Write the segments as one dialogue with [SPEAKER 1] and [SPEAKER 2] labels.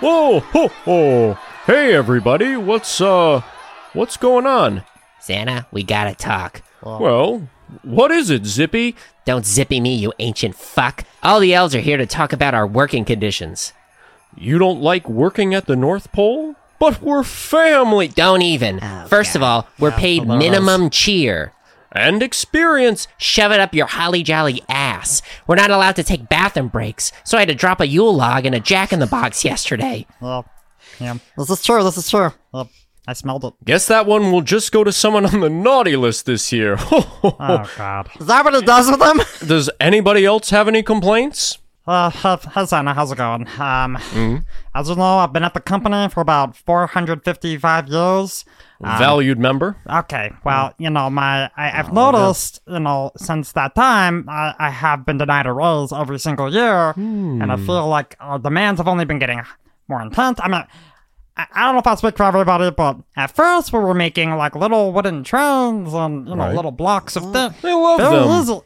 [SPEAKER 1] Whoa, ho, ho. Hey, everybody, what's, uh, what's going on?
[SPEAKER 2] Santa, we gotta talk. Oh,
[SPEAKER 1] Well, what is it, Zippy?
[SPEAKER 2] Don't zippy me, you ancient fuck. All the elves are here to talk about our working conditions.
[SPEAKER 1] You don't like working at the North Pole? But we're family
[SPEAKER 2] Don't even.
[SPEAKER 3] Oh,
[SPEAKER 2] First of all, we're paid minimum cheer.
[SPEAKER 1] and experience.
[SPEAKER 2] Shove it up your holly jolly ass. We're not allowed to take bathroom breaks, so I had to drop a Yule log in a jack in the box yesterday.
[SPEAKER 3] Oh, yeah. This is true. This is true. Oh, I smelled it.
[SPEAKER 1] Guess that one will just go to someone on the naughty list this year. Ho, ho, ho.
[SPEAKER 4] Ah.
[SPEAKER 3] Oh God. Is that what it does with them?
[SPEAKER 1] Does anybody else have any complaints?
[SPEAKER 3] Uh, uh, hey Santa, how's it going? Um, as you know, I've been at the company for about 455 years.
[SPEAKER 4] Ah.
[SPEAKER 1] Valued member?
[SPEAKER 3] Okay, well, you know, my I, I've
[SPEAKER 1] Oh,
[SPEAKER 3] noticed, you know, since that time, I, I have been denied a raise every single year, and
[SPEAKER 1] Hmm.
[SPEAKER 3] I feel like our demands have only been getting more intense. I mean, I, I don't know if I speak for everybody, but at first we were making like little wooden trains and you know little blocks of things.
[SPEAKER 1] I Oh, love
[SPEAKER 3] There
[SPEAKER 1] them.
[SPEAKER 3] is a-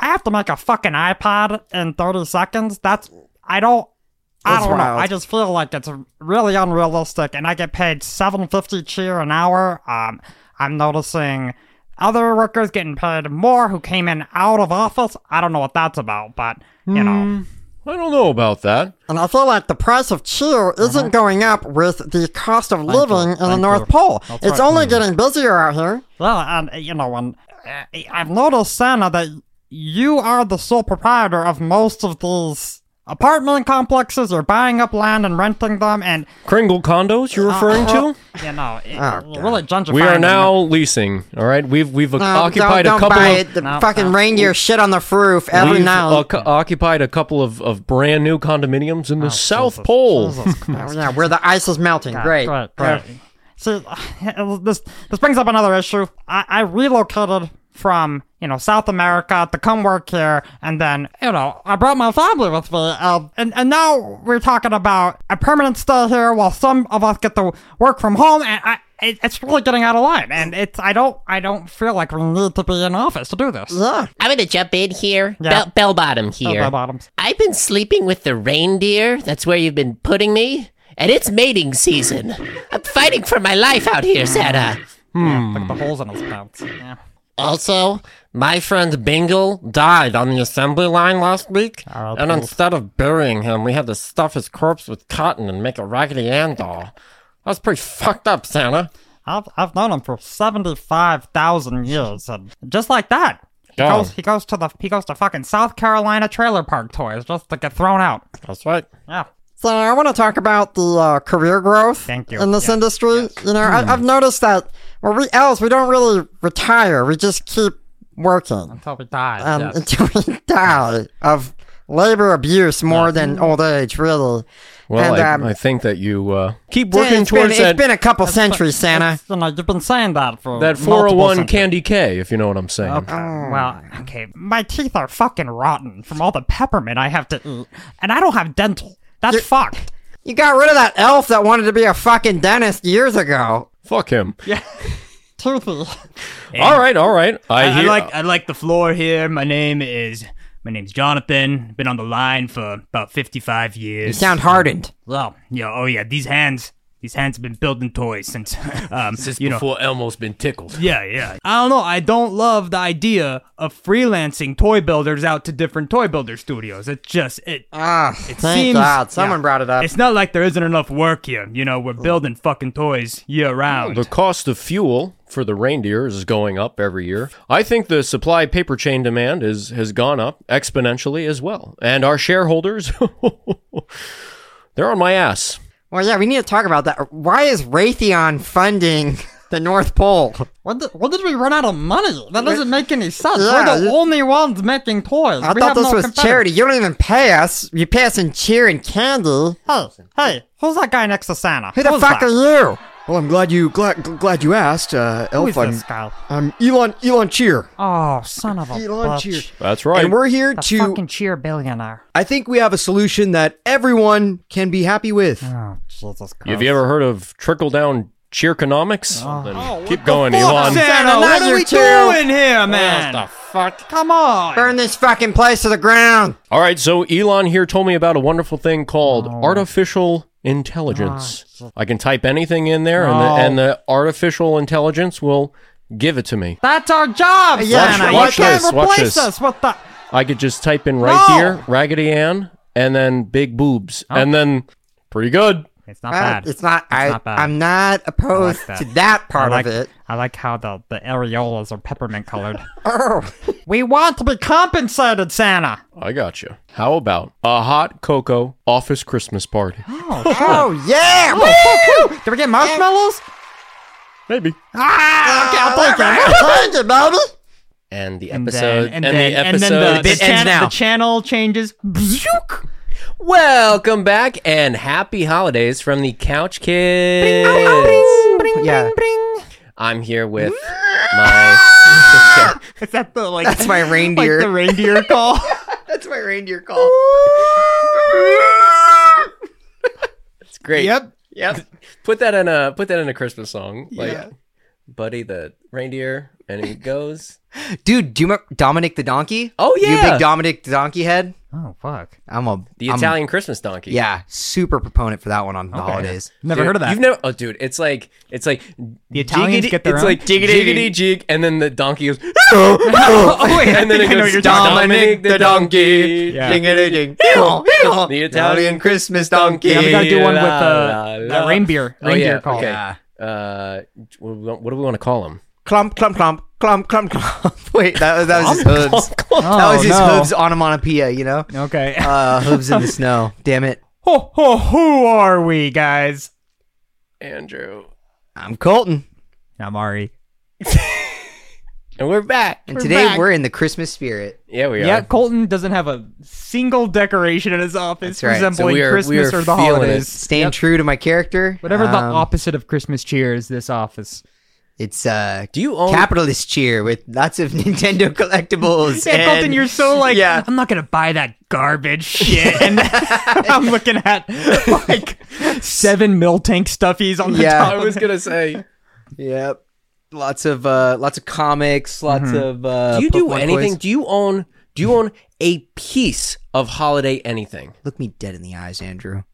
[SPEAKER 3] I have to make a fucking iPod in 30 seconds. That's I don't I
[SPEAKER 4] That's
[SPEAKER 3] don't know.
[SPEAKER 4] wild.
[SPEAKER 3] I just feel like it's really unrealistic and I get paid 750 cheer an hour. Um I'm noticing other workers getting paid more who came in out of office. I don't know what that's about, but you
[SPEAKER 4] Hmm.
[SPEAKER 3] know.
[SPEAKER 1] I don't know about that.
[SPEAKER 4] And I feel like the price of cheer isn't going up with the cost of living in the
[SPEAKER 3] Uh-huh. Thank
[SPEAKER 4] North
[SPEAKER 3] you.
[SPEAKER 4] Pole.
[SPEAKER 3] That's
[SPEAKER 4] it's
[SPEAKER 3] right. Mm.
[SPEAKER 4] only getting busier out here.
[SPEAKER 3] Well, and uh, you know, and uh, I've noticed Santa that you are the sole proprietor of most of these apartment complexes. You're buying up land and renting them, and
[SPEAKER 1] Kringle condos
[SPEAKER 4] Ah.
[SPEAKER 1] you're referring to?
[SPEAKER 3] you know, it,
[SPEAKER 4] Oh, God.
[SPEAKER 3] really gentrifying.
[SPEAKER 1] We are
[SPEAKER 3] them.
[SPEAKER 1] now leasing, all right? We've we've
[SPEAKER 4] No,
[SPEAKER 1] occupied
[SPEAKER 4] Uh, don't, don't
[SPEAKER 1] a couple
[SPEAKER 4] buy
[SPEAKER 1] of
[SPEAKER 4] it. The
[SPEAKER 3] No,
[SPEAKER 4] fucking
[SPEAKER 3] no.
[SPEAKER 4] reindeer shit on the roof every
[SPEAKER 1] We've
[SPEAKER 4] now.
[SPEAKER 1] oc- occupied a couple of, of brand new condominiums in the South
[SPEAKER 3] Jesus,
[SPEAKER 1] Pole.
[SPEAKER 3] Jesus Christ.
[SPEAKER 4] Oh, yeah, where the ice is melting.
[SPEAKER 3] Right,
[SPEAKER 4] great.
[SPEAKER 3] Great, great. So this this brings up another issue. I, I relocated from you know South America to come work here, and then you know I brought my family with me, um, and and now we're talking about a permanent stay here while some of us get to work from home, and I. It, it's really getting out of line, and it's I don't I don't feel like we need to be in office to do this.
[SPEAKER 4] Yeah.
[SPEAKER 2] I'm gonna jump in here.
[SPEAKER 3] Yeah.
[SPEAKER 2] Bell, bell bottom here.
[SPEAKER 3] bell bottoms.
[SPEAKER 2] I've been sleeping with the reindeer. That's where you've been putting me. And it's mating season. I'm fighting for my life out here, Santa.
[SPEAKER 3] Yeah, like the holes in his pants. Yeah.
[SPEAKER 2] Also, my friend Bingle died on the assembly line last week.
[SPEAKER 5] Ah,
[SPEAKER 3] I'll
[SPEAKER 2] and instead of burying him, we had to stuff his corpse with cotton and make a Raggedy Ann doll. That was pretty fucked up, Santa.
[SPEAKER 3] I've I've known him for seventy five thousand years, and just like that, he
[SPEAKER 2] Gone.
[SPEAKER 3] goes he goes to the he goes to fucking South Carolina trailer park toys just to get thrown out.
[SPEAKER 2] That's right.
[SPEAKER 3] Yeah,
[SPEAKER 4] So I want to talk about the uh, career growth
[SPEAKER 3] Thank you.
[SPEAKER 4] in this
[SPEAKER 3] Yeah. Hmm.
[SPEAKER 4] industry. You know, I, I've noticed that well, we elves we don't really retire; we just keep working
[SPEAKER 3] until we die.
[SPEAKER 4] um,
[SPEAKER 3] yes.
[SPEAKER 4] until we die of labor abuse more than old age, really.
[SPEAKER 1] Well,
[SPEAKER 4] and
[SPEAKER 1] I,
[SPEAKER 4] um,
[SPEAKER 1] I think that you uh, keep
[SPEAKER 4] it's
[SPEAKER 1] working
[SPEAKER 4] been-
[SPEAKER 1] towards
[SPEAKER 4] it's
[SPEAKER 1] that,
[SPEAKER 4] been a couple centuries, Santa.
[SPEAKER 3] It's- you know, you've been saying that for
[SPEAKER 1] that
[SPEAKER 3] multiple
[SPEAKER 1] 401
[SPEAKER 3] centuries.
[SPEAKER 1] Candy K, if you know what I'm saying.
[SPEAKER 3] Okay. Well, okay. My teeth are fucking rotten from all the peppermint I have to eat, and I don't have dental. That's fucked.
[SPEAKER 4] You got rid of that elf that wanted to be a fucking dentist years ago.
[SPEAKER 1] Fuck him.
[SPEAKER 3] Toothy.
[SPEAKER 1] All right, all right. I,
[SPEAKER 5] I, I
[SPEAKER 1] hear,
[SPEAKER 5] like I like the floor here. My name is my name's Jonathan. Been on the line for about fifty five
[SPEAKER 4] You
[SPEAKER 5] years.
[SPEAKER 4] sound hardened.
[SPEAKER 5] well, yeah, oh yeah, these hands these hands have been building toys since um you know
[SPEAKER 1] Elmo's been tickled.
[SPEAKER 5] yeah, yeah. I don't know. I don't love the idea of freelancing toy builders out to different toy builder studios. It's just it.
[SPEAKER 4] Ah, thank
[SPEAKER 5] seems-
[SPEAKER 4] God someone
[SPEAKER 5] yeah.
[SPEAKER 4] brought it up.
[SPEAKER 5] It's not like there isn't enough work here. You know, we're building fucking toys year round.
[SPEAKER 1] The cost of fuel for the reindeer is going up every year. I think the supply paper chain demand is has gone up exponentially as well. And our shareholders, they're on my ass.
[SPEAKER 4] Well, yeah, we need to talk about that. Why is Raytheon funding the North Pole?
[SPEAKER 3] When did, when did we run out of money? That doesn't make any sense.
[SPEAKER 4] Yeah,
[SPEAKER 3] We're the
[SPEAKER 4] you-
[SPEAKER 3] only ones making toys.
[SPEAKER 4] I
[SPEAKER 3] We
[SPEAKER 4] thought
[SPEAKER 3] have
[SPEAKER 4] this
[SPEAKER 3] no
[SPEAKER 4] was
[SPEAKER 3] competitors.
[SPEAKER 4] charity. You don't even pay us. You pay us in cheer and candy.
[SPEAKER 3] Hey, hey, who's that guy next to Santa?
[SPEAKER 4] Who the
[SPEAKER 3] Who's
[SPEAKER 4] fuck
[SPEAKER 3] that?
[SPEAKER 4] are you?
[SPEAKER 6] Well, I'm glad you glad glad you asked, uh,
[SPEAKER 3] Who
[SPEAKER 6] Elf.
[SPEAKER 3] is
[SPEAKER 6] I'm,
[SPEAKER 3] this guy?
[SPEAKER 6] I'm Um, Elon Elon Cheer.
[SPEAKER 3] Oh, son of a
[SPEAKER 6] Elon
[SPEAKER 3] bitch.
[SPEAKER 6] Cheer.
[SPEAKER 1] That's right.
[SPEAKER 6] And we're here
[SPEAKER 3] The
[SPEAKER 6] to.
[SPEAKER 3] fucking cheer billionaire.
[SPEAKER 6] I think we have a solution that everyone can be happy with.
[SPEAKER 3] Oh, Jesus Christ.
[SPEAKER 1] Have you ever heard of trickle down cheerconomics?
[SPEAKER 5] Oh.
[SPEAKER 1] Then keep going,
[SPEAKER 5] Fuck,
[SPEAKER 1] Elon.
[SPEAKER 5] Santa,
[SPEAKER 4] Santa,
[SPEAKER 5] what
[SPEAKER 4] not
[SPEAKER 5] are we
[SPEAKER 4] you two.
[SPEAKER 5] doing here, man?
[SPEAKER 3] Come on.
[SPEAKER 4] Burn this fucking place to the ground.
[SPEAKER 5] Oh.
[SPEAKER 1] All right, so Elon here told me about a wonderful thing called artificial intelligence. I can type anything in there, and, the, and the artificial intelligence will give it to me.
[SPEAKER 3] That's our job,
[SPEAKER 4] Yeah,
[SPEAKER 3] Santa.
[SPEAKER 1] watch
[SPEAKER 3] you can't
[SPEAKER 1] this, watch
[SPEAKER 3] replace
[SPEAKER 1] this.
[SPEAKER 3] us with the.
[SPEAKER 1] I could just type in right
[SPEAKER 3] No.
[SPEAKER 1] here Raggedy Ann, and then big boobs,
[SPEAKER 5] Oh.
[SPEAKER 1] and then pretty good.
[SPEAKER 3] It's not
[SPEAKER 4] Uh,
[SPEAKER 3] bad.
[SPEAKER 4] It's not. I,
[SPEAKER 3] not bad.
[SPEAKER 4] I'm not opposed
[SPEAKER 3] that.
[SPEAKER 4] to that
[SPEAKER 3] I
[SPEAKER 4] part
[SPEAKER 3] like,
[SPEAKER 4] of it.
[SPEAKER 3] I like how the, the areolas are peppermint colored.
[SPEAKER 4] Oh,
[SPEAKER 3] we want to be compensated, Santa.
[SPEAKER 1] I got you. How about a hot cocoa office Christmas party?
[SPEAKER 4] oh yeah.
[SPEAKER 3] Oh, fuck you. Did we get marshmallows?
[SPEAKER 1] Maybe.
[SPEAKER 3] Ah, okay, I'll take it.
[SPEAKER 4] Thank you, baby.
[SPEAKER 1] And the
[SPEAKER 5] And
[SPEAKER 1] episode.
[SPEAKER 5] then, and, then, and then the,
[SPEAKER 1] episode-
[SPEAKER 5] the,
[SPEAKER 6] Bit ends
[SPEAKER 5] chan-
[SPEAKER 6] now.
[SPEAKER 5] the channel changes. Bzook.
[SPEAKER 1] Welcome back and happy holidays from the Couch Kids.
[SPEAKER 4] Yeah,
[SPEAKER 1] I'm here with my sister.
[SPEAKER 5] Is that the like
[SPEAKER 6] That's my
[SPEAKER 5] like
[SPEAKER 6] reindeer.
[SPEAKER 5] the reindeer call?
[SPEAKER 6] That's my reindeer call.
[SPEAKER 1] It's great.
[SPEAKER 6] Yep.
[SPEAKER 1] Yep. Put that in a put that in a Christmas song. Like
[SPEAKER 6] Yeah.
[SPEAKER 1] Buddy the reindeer and he goes.
[SPEAKER 6] Dude, do you remember Dominic the donkey?
[SPEAKER 1] Oh,
[SPEAKER 6] You
[SPEAKER 1] yeah.
[SPEAKER 6] big Dominic the donkey head?
[SPEAKER 3] Oh, fuck.
[SPEAKER 6] I'm a
[SPEAKER 1] The
[SPEAKER 6] I'm-
[SPEAKER 5] Um,
[SPEAKER 1] Italian Christmas donkey.
[SPEAKER 6] Yeah, super proponent for that one on the holidays.
[SPEAKER 5] Never
[SPEAKER 1] Dude,
[SPEAKER 5] heard of that.
[SPEAKER 1] You've never Oh dude, it's like it's like
[SPEAKER 5] The Italians
[SPEAKER 1] jiggity-
[SPEAKER 5] get their
[SPEAKER 1] It's
[SPEAKER 5] own?
[SPEAKER 1] like jiggity, jig and then the donkey goes
[SPEAKER 6] Oh wait,
[SPEAKER 1] and then it goes Dominic the donkey.
[SPEAKER 5] Yeah.
[SPEAKER 6] Ding-a-ding. The
[SPEAKER 1] The Italian
[SPEAKER 6] Christmas
[SPEAKER 5] Yeah, we gotta do one
[SPEAKER 1] La,
[SPEAKER 5] with
[SPEAKER 1] la,
[SPEAKER 5] uh, the
[SPEAKER 1] la.
[SPEAKER 5] reindeer
[SPEAKER 1] Oh, yeah,
[SPEAKER 5] reindeer call.
[SPEAKER 1] okay. Uh, what do we want- what do we want to call him?
[SPEAKER 6] Clump, clump, clump, clump, clump, clump. Wait, that, that was his hooves. That was his
[SPEAKER 5] Oh, no.
[SPEAKER 6] hooves onomatopoeia, you know?
[SPEAKER 5] Okay.
[SPEAKER 6] Uh, hooves in the snow. Damn it.
[SPEAKER 5] ho, ho, who are we, guys?
[SPEAKER 1] Andrew.
[SPEAKER 6] I'm Colton.
[SPEAKER 5] I'm Ari.
[SPEAKER 1] And we're back.
[SPEAKER 6] And today we're in the Christmas spirit.
[SPEAKER 1] Yeah, we
[SPEAKER 5] Yeah,
[SPEAKER 1] are.
[SPEAKER 5] Colton doesn't have a single decoration in his office
[SPEAKER 6] That's right. So
[SPEAKER 5] resembling
[SPEAKER 1] we are- we
[SPEAKER 5] Christmas
[SPEAKER 1] are
[SPEAKER 5] or the
[SPEAKER 1] feeling
[SPEAKER 5] holidays.
[SPEAKER 6] Staying true to my character.
[SPEAKER 5] Whatever the
[SPEAKER 6] Um,
[SPEAKER 5] opposite of Christmas cheer is this office.
[SPEAKER 6] It's uh
[SPEAKER 1] Do you own?
[SPEAKER 6] capitalist cheer with lots of Nintendo collectibles.
[SPEAKER 5] Yeah, Colton,
[SPEAKER 6] and-
[SPEAKER 5] you're so like,
[SPEAKER 6] yeah.
[SPEAKER 5] I'm not going to buy that garbage shit. And I'm looking at like seven mil tank stuffies on the
[SPEAKER 6] Yeah.
[SPEAKER 5] top.
[SPEAKER 1] I was gonna say.
[SPEAKER 6] Yep. Lots of uh lots of comics, lots
[SPEAKER 5] Mm-hmm.
[SPEAKER 6] of uh
[SPEAKER 1] Do you do
[SPEAKER 6] Pokemon
[SPEAKER 1] anything?
[SPEAKER 6] toys.
[SPEAKER 1] Do you own? Do you own a piece of holiday anything?
[SPEAKER 6] Look me dead in the eyes, Andrew.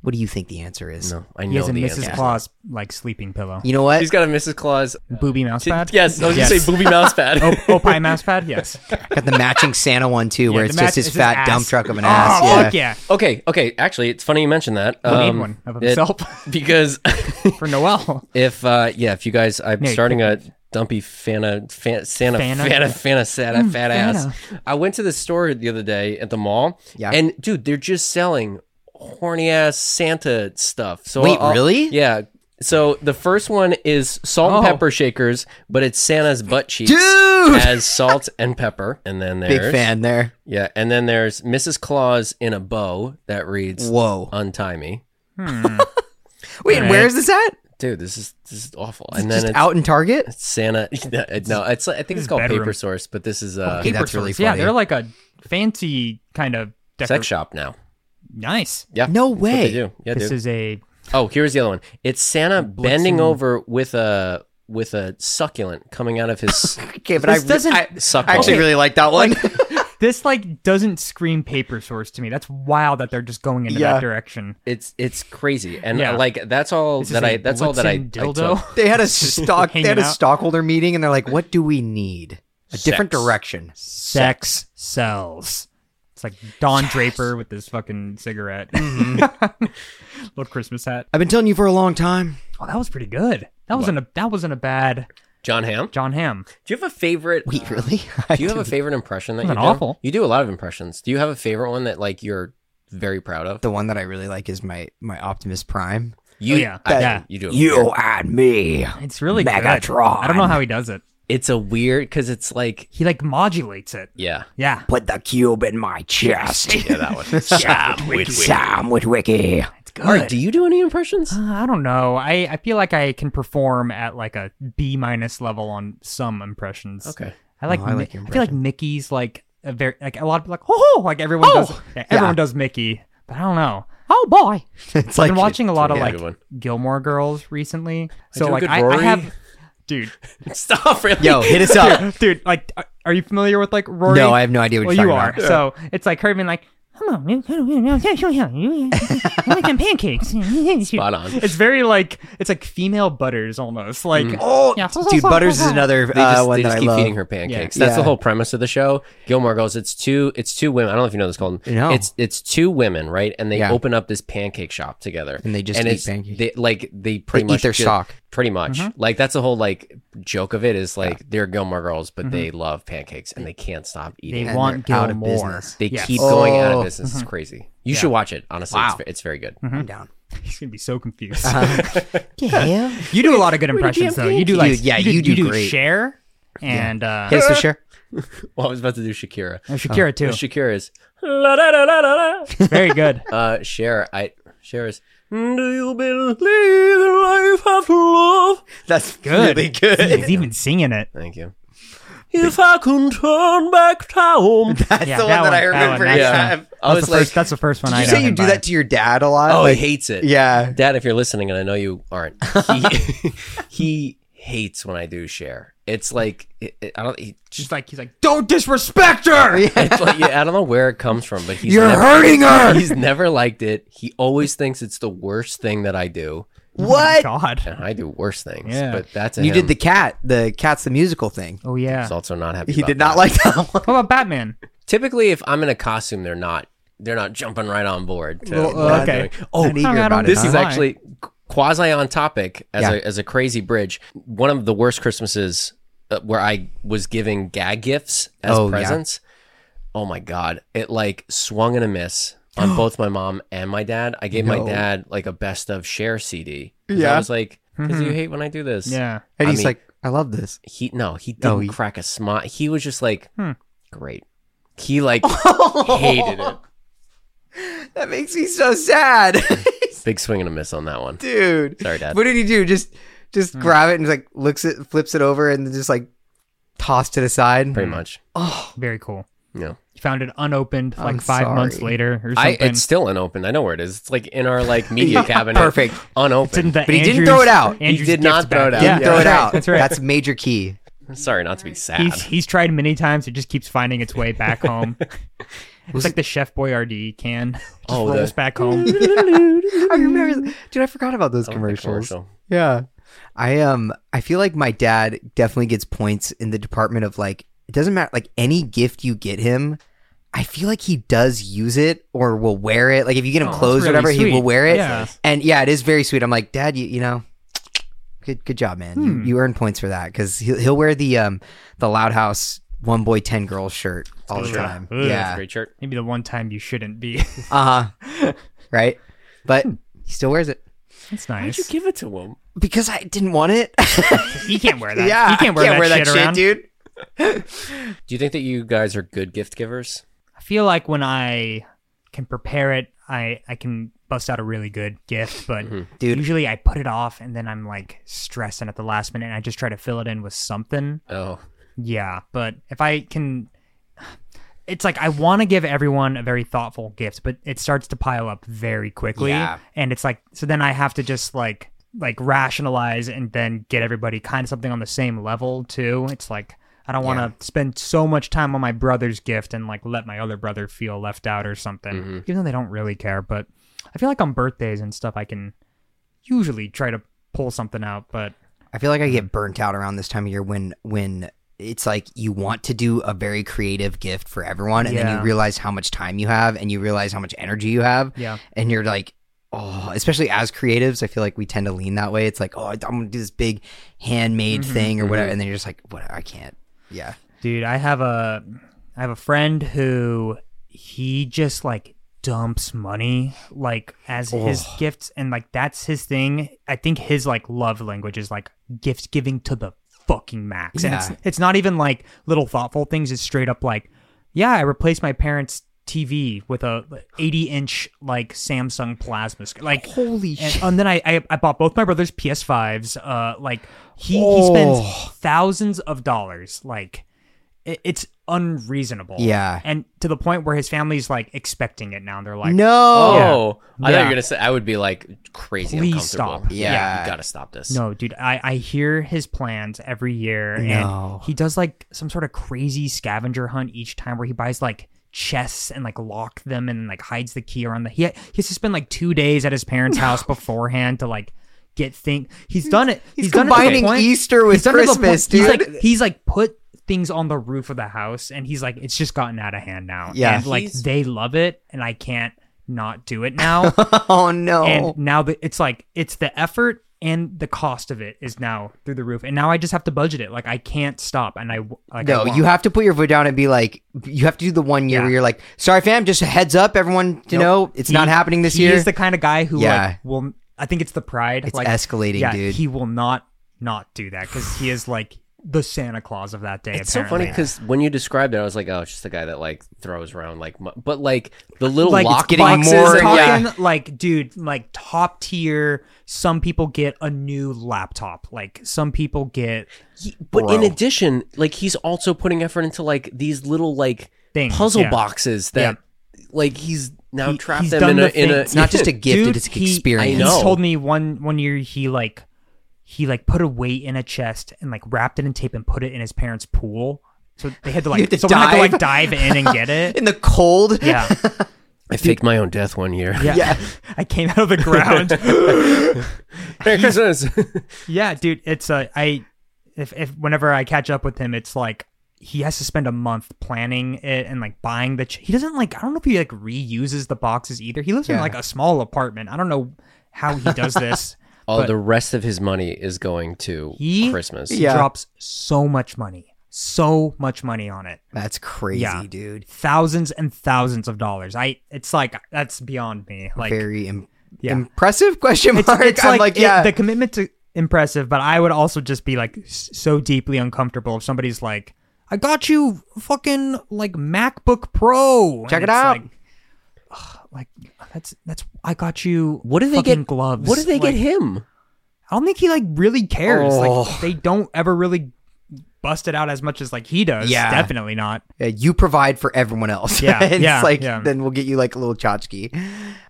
[SPEAKER 6] What do you think the answer is?
[SPEAKER 1] No, I
[SPEAKER 5] He
[SPEAKER 1] know
[SPEAKER 5] has a
[SPEAKER 1] the
[SPEAKER 5] Mrs.
[SPEAKER 1] answer.
[SPEAKER 5] Claus like sleeping pillow.
[SPEAKER 6] You know what?
[SPEAKER 1] He's got a Mrs. Claus.
[SPEAKER 5] Booby mouse pad?
[SPEAKER 1] Yes, I was gonna say booby mouse pad.
[SPEAKER 5] Oh, pie mouse pad? Yes.
[SPEAKER 6] Got the matching Santa one too, where
[SPEAKER 5] the
[SPEAKER 6] it's
[SPEAKER 5] match-
[SPEAKER 6] just his
[SPEAKER 5] it's his
[SPEAKER 6] fat
[SPEAKER 5] ass.
[SPEAKER 6] dump truck of an ass.
[SPEAKER 5] Oh,
[SPEAKER 6] yeah.
[SPEAKER 5] fuck yeah.
[SPEAKER 1] Okay, okay. Actually, it's funny you mentioned that.
[SPEAKER 5] We'll
[SPEAKER 1] Um,
[SPEAKER 5] need one of
[SPEAKER 1] it-
[SPEAKER 5] himself
[SPEAKER 1] because
[SPEAKER 5] for Noel.
[SPEAKER 1] if uh yeah, if you guys, I'm
[SPEAKER 5] Yeah,
[SPEAKER 1] starting a dumpy fana fan, Santa
[SPEAKER 5] Fana? Hmm,
[SPEAKER 1] fana fana Santa fat ass. I went to the store the other day at the mall.
[SPEAKER 6] Yeah.
[SPEAKER 1] and dude, they're just selling horny ass Santa stuff. So
[SPEAKER 6] Wait,
[SPEAKER 1] I'll-
[SPEAKER 6] really?
[SPEAKER 1] Yeah. So the first one is salt and
[SPEAKER 5] Oh.
[SPEAKER 1] pepper shakers, but it's Santa's butt cheeks
[SPEAKER 6] Dude!
[SPEAKER 1] as salt and pepper. And then there's
[SPEAKER 6] Big fan there.
[SPEAKER 1] Yeah, and then there's Mrs. Claus in a bow that reads
[SPEAKER 6] Whoa.
[SPEAKER 1] untie me.
[SPEAKER 6] Wait, where's this at?
[SPEAKER 1] Dude, this is this is awful. And then
[SPEAKER 6] Just
[SPEAKER 1] it's
[SPEAKER 6] out in Target?
[SPEAKER 1] Santa. No, it's I think it's called
[SPEAKER 5] bedroom.
[SPEAKER 1] Paper Source, but this is uh,
[SPEAKER 6] Okay,
[SPEAKER 5] Paper
[SPEAKER 6] that's really
[SPEAKER 5] sorts. Yeah,
[SPEAKER 6] funny.
[SPEAKER 5] they're like a fancy kind of decor-
[SPEAKER 1] sex shop now.
[SPEAKER 5] Nice.
[SPEAKER 1] Yeah,
[SPEAKER 6] No
[SPEAKER 1] that's what they
[SPEAKER 6] way.
[SPEAKER 1] do. Yeah,
[SPEAKER 5] This
[SPEAKER 1] dude.
[SPEAKER 5] is a
[SPEAKER 1] Oh, here's the other one. It's Santa bending over with a with a succulent coming out of his
[SPEAKER 6] Okay, but
[SPEAKER 5] This
[SPEAKER 6] I,
[SPEAKER 5] doesn't-
[SPEAKER 6] I,
[SPEAKER 1] suck.
[SPEAKER 6] I actually
[SPEAKER 1] hole.
[SPEAKER 6] really like that one.
[SPEAKER 5] this like doesn't scream paper source to me. That's wild that they're just going into
[SPEAKER 6] Yeah.
[SPEAKER 5] that direction.
[SPEAKER 1] it's it's crazy, and
[SPEAKER 5] Yeah.
[SPEAKER 1] uh, like that's all
[SPEAKER 5] This is
[SPEAKER 1] that
[SPEAKER 5] a
[SPEAKER 1] I that's all that I, I
[SPEAKER 5] Blitzen dildo.
[SPEAKER 1] took.
[SPEAKER 6] they had a stock they
[SPEAKER 5] Hanging
[SPEAKER 6] had a
[SPEAKER 5] out.
[SPEAKER 6] stockholder meeting and they're like, what do we need? A different
[SPEAKER 1] Sex.
[SPEAKER 6] direction.
[SPEAKER 5] Sex sells. It's like Don Draper with his fucking cigarette,
[SPEAKER 6] Mm-hmm.
[SPEAKER 5] little Christmas hat.
[SPEAKER 6] I've been telling you for a long time.
[SPEAKER 5] Oh, that was pretty good. That wasn't a that wasn't a bad
[SPEAKER 1] John Ham,
[SPEAKER 5] John Hamm.
[SPEAKER 1] do you have a favorite?
[SPEAKER 6] Wait, really?
[SPEAKER 1] Do you have a favorite impression that you
[SPEAKER 5] Wasn't
[SPEAKER 1] do?
[SPEAKER 5] awful.
[SPEAKER 1] You do a lot of impressions. Do you have a favorite one that like you're very proud of?
[SPEAKER 6] the one that I really like is my my Optimus Prime.
[SPEAKER 1] You,
[SPEAKER 5] Oh, yeah.
[SPEAKER 1] I-
[SPEAKER 5] Yeah.
[SPEAKER 1] you do. it.
[SPEAKER 6] and me.
[SPEAKER 5] It's really
[SPEAKER 6] Megatron.
[SPEAKER 5] good. I don't know how he does it.
[SPEAKER 1] It's a weird because it's like
[SPEAKER 5] He like modulates it.
[SPEAKER 1] yeah.
[SPEAKER 5] Yeah,
[SPEAKER 6] Put the cube in my chest.
[SPEAKER 1] Yeah, that one. Sam
[SPEAKER 6] Sam with Wiki.
[SPEAKER 5] it's good.
[SPEAKER 1] All right, do you do any impressions?
[SPEAKER 5] Uh, I don't know. I, I feel like I can perform at like a B minus level on some impressions.
[SPEAKER 1] Okay.
[SPEAKER 5] I like.
[SPEAKER 6] Oh, I
[SPEAKER 5] Mi-
[SPEAKER 6] like your
[SPEAKER 5] I feel like Mickey's like a very like a lot of people like oh like everyone does yeah, everyone does Mickey, but I don't know. Oh boy,
[SPEAKER 6] It's
[SPEAKER 5] I've
[SPEAKER 6] like
[SPEAKER 5] been watching a lot of
[SPEAKER 1] yeah,
[SPEAKER 5] like
[SPEAKER 1] good one.
[SPEAKER 5] Gilmore Girls recently, so
[SPEAKER 1] do a
[SPEAKER 5] like
[SPEAKER 1] good
[SPEAKER 5] I, I
[SPEAKER 1] Rory.
[SPEAKER 5] have, dude,
[SPEAKER 1] Stop. Really?
[SPEAKER 6] Yo, hit us up.
[SPEAKER 5] dude, like are- are you familiar with like Rory?
[SPEAKER 6] No, I have no idea what
[SPEAKER 5] well,
[SPEAKER 6] you're
[SPEAKER 5] you
[SPEAKER 6] talking
[SPEAKER 5] are.
[SPEAKER 6] about.
[SPEAKER 5] So it's like her being like,
[SPEAKER 3] I like them pancakes.
[SPEAKER 1] Spot on.
[SPEAKER 5] It's very like it's like female butters almost. Like
[SPEAKER 6] Oh,
[SPEAKER 3] Yeah.
[SPEAKER 6] dude, Butters is another
[SPEAKER 1] They just,
[SPEAKER 6] uh, one
[SPEAKER 1] they just
[SPEAKER 6] that I
[SPEAKER 1] keep
[SPEAKER 6] love.
[SPEAKER 1] feeding her pancakes.
[SPEAKER 6] Yeah.
[SPEAKER 1] That's the
[SPEAKER 6] Yeah.
[SPEAKER 1] whole premise of the show. Gilmore goes, it's two, it's two women. I don't know if you know this, Colton.
[SPEAKER 6] No.
[SPEAKER 1] It's it's two women, right? And they
[SPEAKER 6] Yeah.
[SPEAKER 1] open up this pancake shop together,
[SPEAKER 6] And they just eat
[SPEAKER 1] it's-
[SPEAKER 6] pancakes.
[SPEAKER 1] They, like they pretty
[SPEAKER 6] eat
[SPEAKER 1] much
[SPEAKER 6] their Mm-hmm.
[SPEAKER 1] ju-
[SPEAKER 6] stock.
[SPEAKER 1] Pretty much, like that's the whole like joke of it is like they're Gilmore girls, but they
[SPEAKER 6] Mm-hmm.
[SPEAKER 1] love pancakes and they can't stop
[SPEAKER 5] they
[SPEAKER 1] eating. They,
[SPEAKER 6] And
[SPEAKER 5] want
[SPEAKER 6] they're out of
[SPEAKER 5] Gilmore.
[SPEAKER 6] business.
[SPEAKER 1] keep going out
[SPEAKER 6] Oh.
[SPEAKER 1] of business. It's crazy. You should watch it. Honestly,
[SPEAKER 6] Wow.
[SPEAKER 1] it's, ve- it's very good.
[SPEAKER 6] I'm down.
[SPEAKER 5] He's gonna be so confused. You do a lot of good impressions though. You do like
[SPEAKER 6] You- yeah,
[SPEAKER 5] you do,
[SPEAKER 6] you do great.
[SPEAKER 5] share and uh
[SPEAKER 6] Yes, for sure.
[SPEAKER 1] Well, I was about to do Shakira.
[SPEAKER 5] and Shakira too.
[SPEAKER 1] Shakira's la da da da da. da.
[SPEAKER 5] Very good.
[SPEAKER 1] Uh, Cher, I Cher's. Do you believe in life after love?
[SPEAKER 6] That's
[SPEAKER 5] Good.
[SPEAKER 6] really good.
[SPEAKER 5] He's even singing it.
[SPEAKER 1] Thank you. If I can turn back time,
[SPEAKER 6] That's
[SPEAKER 5] Yeah,
[SPEAKER 6] the one that,
[SPEAKER 5] that one,
[SPEAKER 6] I
[SPEAKER 5] that one,
[SPEAKER 6] remember.
[SPEAKER 5] that
[SPEAKER 6] yeah.
[SPEAKER 5] one.
[SPEAKER 1] I
[SPEAKER 5] That's
[SPEAKER 1] was
[SPEAKER 5] the,
[SPEAKER 1] like,
[SPEAKER 5] first, that's the first one
[SPEAKER 6] Did
[SPEAKER 5] I
[SPEAKER 6] you
[SPEAKER 5] know.
[SPEAKER 6] say you
[SPEAKER 5] him
[SPEAKER 6] do
[SPEAKER 5] by.
[SPEAKER 6] that to your dad a lot?
[SPEAKER 1] "Oh,
[SPEAKER 6] Like,
[SPEAKER 1] he hates it."
[SPEAKER 6] yeah.
[SPEAKER 1] Dad, if you're listening, and I know you aren't, he, he hates when I do Cher. It's like it, it- I don't. He just
[SPEAKER 5] He's like he's like, Don't disrespect her
[SPEAKER 1] it's like, yeah, I don't know where it comes from, but he's
[SPEAKER 6] You're
[SPEAKER 1] never,
[SPEAKER 6] hurting her.
[SPEAKER 1] He's never liked it. He always thinks it's the worst thing that I do,
[SPEAKER 6] What?
[SPEAKER 5] God.
[SPEAKER 1] and I do worse things.
[SPEAKER 5] Yeah.
[SPEAKER 1] But that's
[SPEAKER 6] you did the cat. The cat's the musical thing.
[SPEAKER 5] Oh yeah.
[SPEAKER 1] He's also not happy.
[SPEAKER 6] He
[SPEAKER 1] about
[SPEAKER 6] did
[SPEAKER 1] that.
[SPEAKER 6] not like that one.
[SPEAKER 5] How about Batman?
[SPEAKER 1] typically if I'm in a costume, they're not they're not jumping right on board. To
[SPEAKER 6] Well, uh,
[SPEAKER 1] what I'm
[SPEAKER 5] okay.
[SPEAKER 1] doing. Oh,
[SPEAKER 6] Not eager
[SPEAKER 5] I don't
[SPEAKER 6] about it,
[SPEAKER 1] this
[SPEAKER 6] huh?
[SPEAKER 1] is
[SPEAKER 5] Why?
[SPEAKER 1] actually quasi on topic as
[SPEAKER 6] Yeah.
[SPEAKER 1] a as a crazy bridge. One of the worst Christmases uh, where I was giving gag gifts as
[SPEAKER 6] Oh, yeah.
[SPEAKER 1] presents. Oh my god, it like swung and a miss. On both my mom and my dad, I gave
[SPEAKER 6] No.
[SPEAKER 1] my dad like a best of share CD. 'Cause I
[SPEAKER 6] Yeah.
[SPEAKER 1] was like, "Because
[SPEAKER 6] Mm-hmm.
[SPEAKER 1] you hate when I do this."
[SPEAKER 5] Yeah.
[SPEAKER 6] And
[SPEAKER 1] I
[SPEAKER 6] he's
[SPEAKER 1] mean-
[SPEAKER 6] like, I love this.
[SPEAKER 1] he no, he Hmm. didn't
[SPEAKER 6] No, he-
[SPEAKER 1] crack a smile. He was just like, "Great." He like hated it.
[SPEAKER 6] That makes me so sad.
[SPEAKER 1] Big swing and a miss on that one.
[SPEAKER 6] Dude.
[SPEAKER 1] Sorry, Dad.
[SPEAKER 6] What did he do? Just just grab it and like looks it flips it over and then just like toss to the side.
[SPEAKER 1] Pretty much.
[SPEAKER 5] Very cool.
[SPEAKER 1] Yeah.
[SPEAKER 5] You found it unopened like
[SPEAKER 6] I'm
[SPEAKER 5] five months
[SPEAKER 6] sorry.
[SPEAKER 5] later or something.
[SPEAKER 1] I it's still unopened. I know where it is. It's like in our like media cabinet.
[SPEAKER 6] Perfect.
[SPEAKER 1] Unopened.
[SPEAKER 5] but
[SPEAKER 6] he didn't throw it out. He
[SPEAKER 1] did not throw it out. Yeah,
[SPEAKER 6] Didn't throw it
[SPEAKER 5] that's right,
[SPEAKER 6] out.
[SPEAKER 5] That's right.
[SPEAKER 6] That's major key.
[SPEAKER 1] Sorry not to be sad.
[SPEAKER 5] He's, he's tried many times. It just keeps finding its way back home. it's like the Chef Boyardee can. Just
[SPEAKER 1] Oh, the-
[SPEAKER 5] rolls back home.
[SPEAKER 6] I remember, dude. I forgot about those commercials.
[SPEAKER 1] commercial.
[SPEAKER 6] Yeah, I um, I feel like my dad definitely gets points in the department of like it doesn't matter like any gift you get him. I feel like he does use it or will wear it. Like if you get him
[SPEAKER 5] Oh, that's
[SPEAKER 6] clothes
[SPEAKER 5] really
[SPEAKER 6] or whatever,
[SPEAKER 5] sweet.
[SPEAKER 6] he will wear it.
[SPEAKER 5] Yeah.
[SPEAKER 6] And yeah, it is very sweet. I'm like, Dad, you you know, good good job, man.
[SPEAKER 5] Hmm.
[SPEAKER 6] You, you earn points for that because he'll he'll wear the um the Loud House one boy ten girl shirt all the
[SPEAKER 5] Yeah.
[SPEAKER 6] time.
[SPEAKER 5] Ugh.
[SPEAKER 6] yeah,
[SPEAKER 1] Great shirt.
[SPEAKER 5] Maybe the one time you shouldn't be.
[SPEAKER 6] uh huh, right. But
[SPEAKER 5] Hmm.
[SPEAKER 6] he still wears it.
[SPEAKER 5] That's
[SPEAKER 1] Why'd you
[SPEAKER 5] nice.
[SPEAKER 1] give it to him?
[SPEAKER 6] Because I didn't want it.
[SPEAKER 5] You can't wear that.
[SPEAKER 6] yeah,
[SPEAKER 5] you can't wear,
[SPEAKER 6] I
[SPEAKER 5] that, shit, around.
[SPEAKER 6] dude.
[SPEAKER 1] Do you think that you guys are good gift givers?
[SPEAKER 5] I feel like when I can prepare it, I I can bust out a really good gift. But
[SPEAKER 6] Dude.
[SPEAKER 5] usually I put it off, and then I'm like stressing at the last minute, and I just try to fill it in with something.
[SPEAKER 1] Oh.
[SPEAKER 5] Yeah, but if I can, it's like I want to give everyone a very thoughtful gift, but it starts to pile up very quickly,
[SPEAKER 6] Yeah.
[SPEAKER 5] and it's like so then I have to just like like rationalize and then get everybody kind of something on the same level too. It's like I don't want to spend so much time on my brother's gift and like let my other brother feel left out or something, even though they don't really care. But I feel like on birthdays and stuff, I can usually try to pull something out, but
[SPEAKER 6] I feel like I
[SPEAKER 5] Mm-hmm.
[SPEAKER 6] get burnt out around this time of year when when it's like you want to do a very creative gift for everyone, and then
[SPEAKER 5] Yeah.
[SPEAKER 6] you realize how much time you have, and you realize how much energy you have,
[SPEAKER 5] yeah.
[SPEAKER 6] and you're like. Oh, especially as creatives, I feel like we tend to lean that way. It's like, oh, I'm gonna do this big handmade
[SPEAKER 5] Mm-hmm,
[SPEAKER 6] thing or whatever, and then you're just like, what? I can't. Yeah,
[SPEAKER 5] Dude, I have a I have a friend who he just like dumps money like as his gifts and like that's his thing. I think his like love language is like gift giving to the fucking max. And
[SPEAKER 6] Yeah.
[SPEAKER 5] it's it's not even like little thoughtful things, it's straight up like, yeah, I replaced my parents TV with a 80 inch like Samsung plasma screen. Like
[SPEAKER 6] holy
[SPEAKER 5] and, and then I, I I bought both my brothers PS5s. Uh, like he he
[SPEAKER 6] Oh.
[SPEAKER 5] spends thousands of dollars. Like it, it's unreasonable.
[SPEAKER 6] Yeah.
[SPEAKER 5] and to the point where his family's like expecting it now. And they're like,
[SPEAKER 6] no,
[SPEAKER 1] Oh. I thought you
[SPEAKER 5] Yeah.
[SPEAKER 1] were gonna say I would be like crazy
[SPEAKER 5] Please
[SPEAKER 1] uncomfortable.
[SPEAKER 5] stop.
[SPEAKER 1] Yeah.
[SPEAKER 6] Yeah.
[SPEAKER 1] You gotta stop this.
[SPEAKER 5] No, dude, I, I hear his plans every year,
[SPEAKER 6] No.
[SPEAKER 5] and he does like some sort of crazy scavenger hunt each time where he buys like chests and like lock them and like hides the key around the. He, he has to spend like two days at his parents' house beforehand to like get things. He's done it. He's, done it to
[SPEAKER 6] combining
[SPEAKER 5] the point-
[SPEAKER 6] Easter with
[SPEAKER 5] he's done it to the
[SPEAKER 6] Christmas,
[SPEAKER 5] point-
[SPEAKER 6] dude.
[SPEAKER 5] He's like, he's like put things on the roof of the house and he's like, it's just gotten out of hand now.
[SPEAKER 6] Yeah.
[SPEAKER 5] And like
[SPEAKER 6] He's-
[SPEAKER 5] they love it and I can't not do it now.
[SPEAKER 6] oh no.
[SPEAKER 5] and now that it's like it's the effort and the cost of it is now through the roof and now i just have to budget it like i can't stop and i w- like I
[SPEAKER 6] no,
[SPEAKER 5] won't.
[SPEAKER 6] you have to put your foot down and be like, you have to do the one year
[SPEAKER 5] Yeah.
[SPEAKER 6] where you're like, sorry, fam, just a heads up, everyone, to know it's
[SPEAKER 5] He-
[SPEAKER 6] not happening this
[SPEAKER 5] he
[SPEAKER 6] year.
[SPEAKER 5] is the kind of guy who
[SPEAKER 6] Yeah.
[SPEAKER 5] like will i think it's the pride
[SPEAKER 6] It's
[SPEAKER 5] like
[SPEAKER 6] escalating,
[SPEAKER 5] yeah,
[SPEAKER 6] dude.
[SPEAKER 5] he will not not do that because he is like the santa claus of that day
[SPEAKER 1] It's so funny
[SPEAKER 5] apparently.
[SPEAKER 1] because when you described it, I was like, "Oh, it's just the guy that like throws around like." mu- But like the little
[SPEAKER 5] like
[SPEAKER 1] lock
[SPEAKER 6] getting
[SPEAKER 1] boxes
[SPEAKER 6] more-
[SPEAKER 1] and- yeah.
[SPEAKER 5] talking like dude like top tier some people get a new laptop like some people get
[SPEAKER 1] He- but in addition, like he's also putting effort into like these little like
[SPEAKER 5] Things,
[SPEAKER 1] puzzle
[SPEAKER 5] yeah.
[SPEAKER 1] boxes that like he's now
[SPEAKER 5] He-
[SPEAKER 1] trapped
[SPEAKER 5] he's
[SPEAKER 1] them
[SPEAKER 5] done
[SPEAKER 1] in a,
[SPEAKER 5] the
[SPEAKER 1] in a.
[SPEAKER 5] thing.
[SPEAKER 6] it's not just a gift,
[SPEAKER 5] Dude,
[SPEAKER 6] it's an
[SPEAKER 5] he-
[SPEAKER 6] experience.
[SPEAKER 1] I know.
[SPEAKER 5] He's told me one one year he like he like put a weight in a chest and like wrapped it in tape and put it in his parents' pool. So they had to like
[SPEAKER 6] had to
[SPEAKER 5] someone had to like
[SPEAKER 6] dive.
[SPEAKER 5] dive in and get it.
[SPEAKER 6] In the cold.
[SPEAKER 5] yeah.
[SPEAKER 1] I faked my own death one year.
[SPEAKER 5] Yeah. I came out of the ground.
[SPEAKER 1] Merry Christmas.
[SPEAKER 5] yeah, dude, it's a I if if whenever I catch up with him it's like he has to spend a month planning it and like buying the ch- he doesn't like I don't know if he like reuses the boxes either. He lives in like a small apartment. I don't know how he does this.
[SPEAKER 1] All
[SPEAKER 5] But-
[SPEAKER 1] the rest of his money is going to
[SPEAKER 5] He-
[SPEAKER 1] Christmas.
[SPEAKER 5] He drops so much money, so much money on it,
[SPEAKER 6] That's crazy,
[SPEAKER 5] Yeah.
[SPEAKER 6] dude.
[SPEAKER 5] thousands and thousands of dollars. I, it's like that's beyond me. Like,
[SPEAKER 6] Very Im-
[SPEAKER 5] yeah,
[SPEAKER 6] impressive question mark.
[SPEAKER 5] it's, it's
[SPEAKER 6] I'm
[SPEAKER 5] like,
[SPEAKER 6] like,
[SPEAKER 5] it-
[SPEAKER 6] yeah.
[SPEAKER 5] the commitment to impressive, but I would also just be like s- so deeply uncomfortable if somebody's like, "I got you fucking like MacBook Pro,
[SPEAKER 6] Check
[SPEAKER 5] And
[SPEAKER 6] it
[SPEAKER 5] it's
[SPEAKER 6] out.
[SPEAKER 5] Like, ugh, like, that's that's I got you.
[SPEAKER 1] What do they
[SPEAKER 5] fucking
[SPEAKER 1] get-
[SPEAKER 5] Gloves.
[SPEAKER 1] What did they get
[SPEAKER 5] Like,
[SPEAKER 1] him?
[SPEAKER 5] I don't think he like really cares.
[SPEAKER 6] Oh.
[SPEAKER 5] Like they don't ever really bust it out as much as like he does.
[SPEAKER 6] Yeah.
[SPEAKER 5] definitely not.
[SPEAKER 6] Yeah, uh, you provide for everyone else.
[SPEAKER 5] Yeah,
[SPEAKER 6] it's
[SPEAKER 5] yeah,
[SPEAKER 6] like
[SPEAKER 5] yeah.
[SPEAKER 6] then we'll get you like a little tchotchke.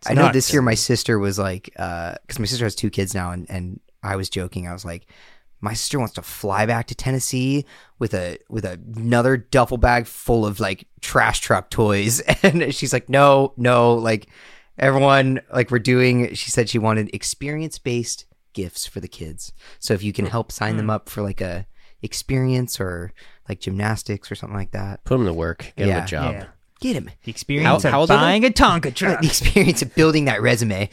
[SPEAKER 6] I know
[SPEAKER 5] nuts.
[SPEAKER 6] this year my sister was like, because my sister has two kids now, and, and I was joking. I was like, my sister wants to fly back to Tennessee with a with another duffel bag full of like trash truck toys, and she's like, no, no, like everyone, like we're doing. She said she wanted experience based gifts for the kids. So if you can help sign
[SPEAKER 5] Hmm.
[SPEAKER 6] them up for like a experience or like gymnastics or something like that.
[SPEAKER 1] Put him to work. Get him
[SPEAKER 6] Yeah.
[SPEAKER 1] a job.
[SPEAKER 5] Yeah.
[SPEAKER 6] Get him.
[SPEAKER 5] The experience
[SPEAKER 1] How-
[SPEAKER 5] of
[SPEAKER 1] how old are they?
[SPEAKER 5] buying a Tonka truck.
[SPEAKER 6] The experience of building that resume.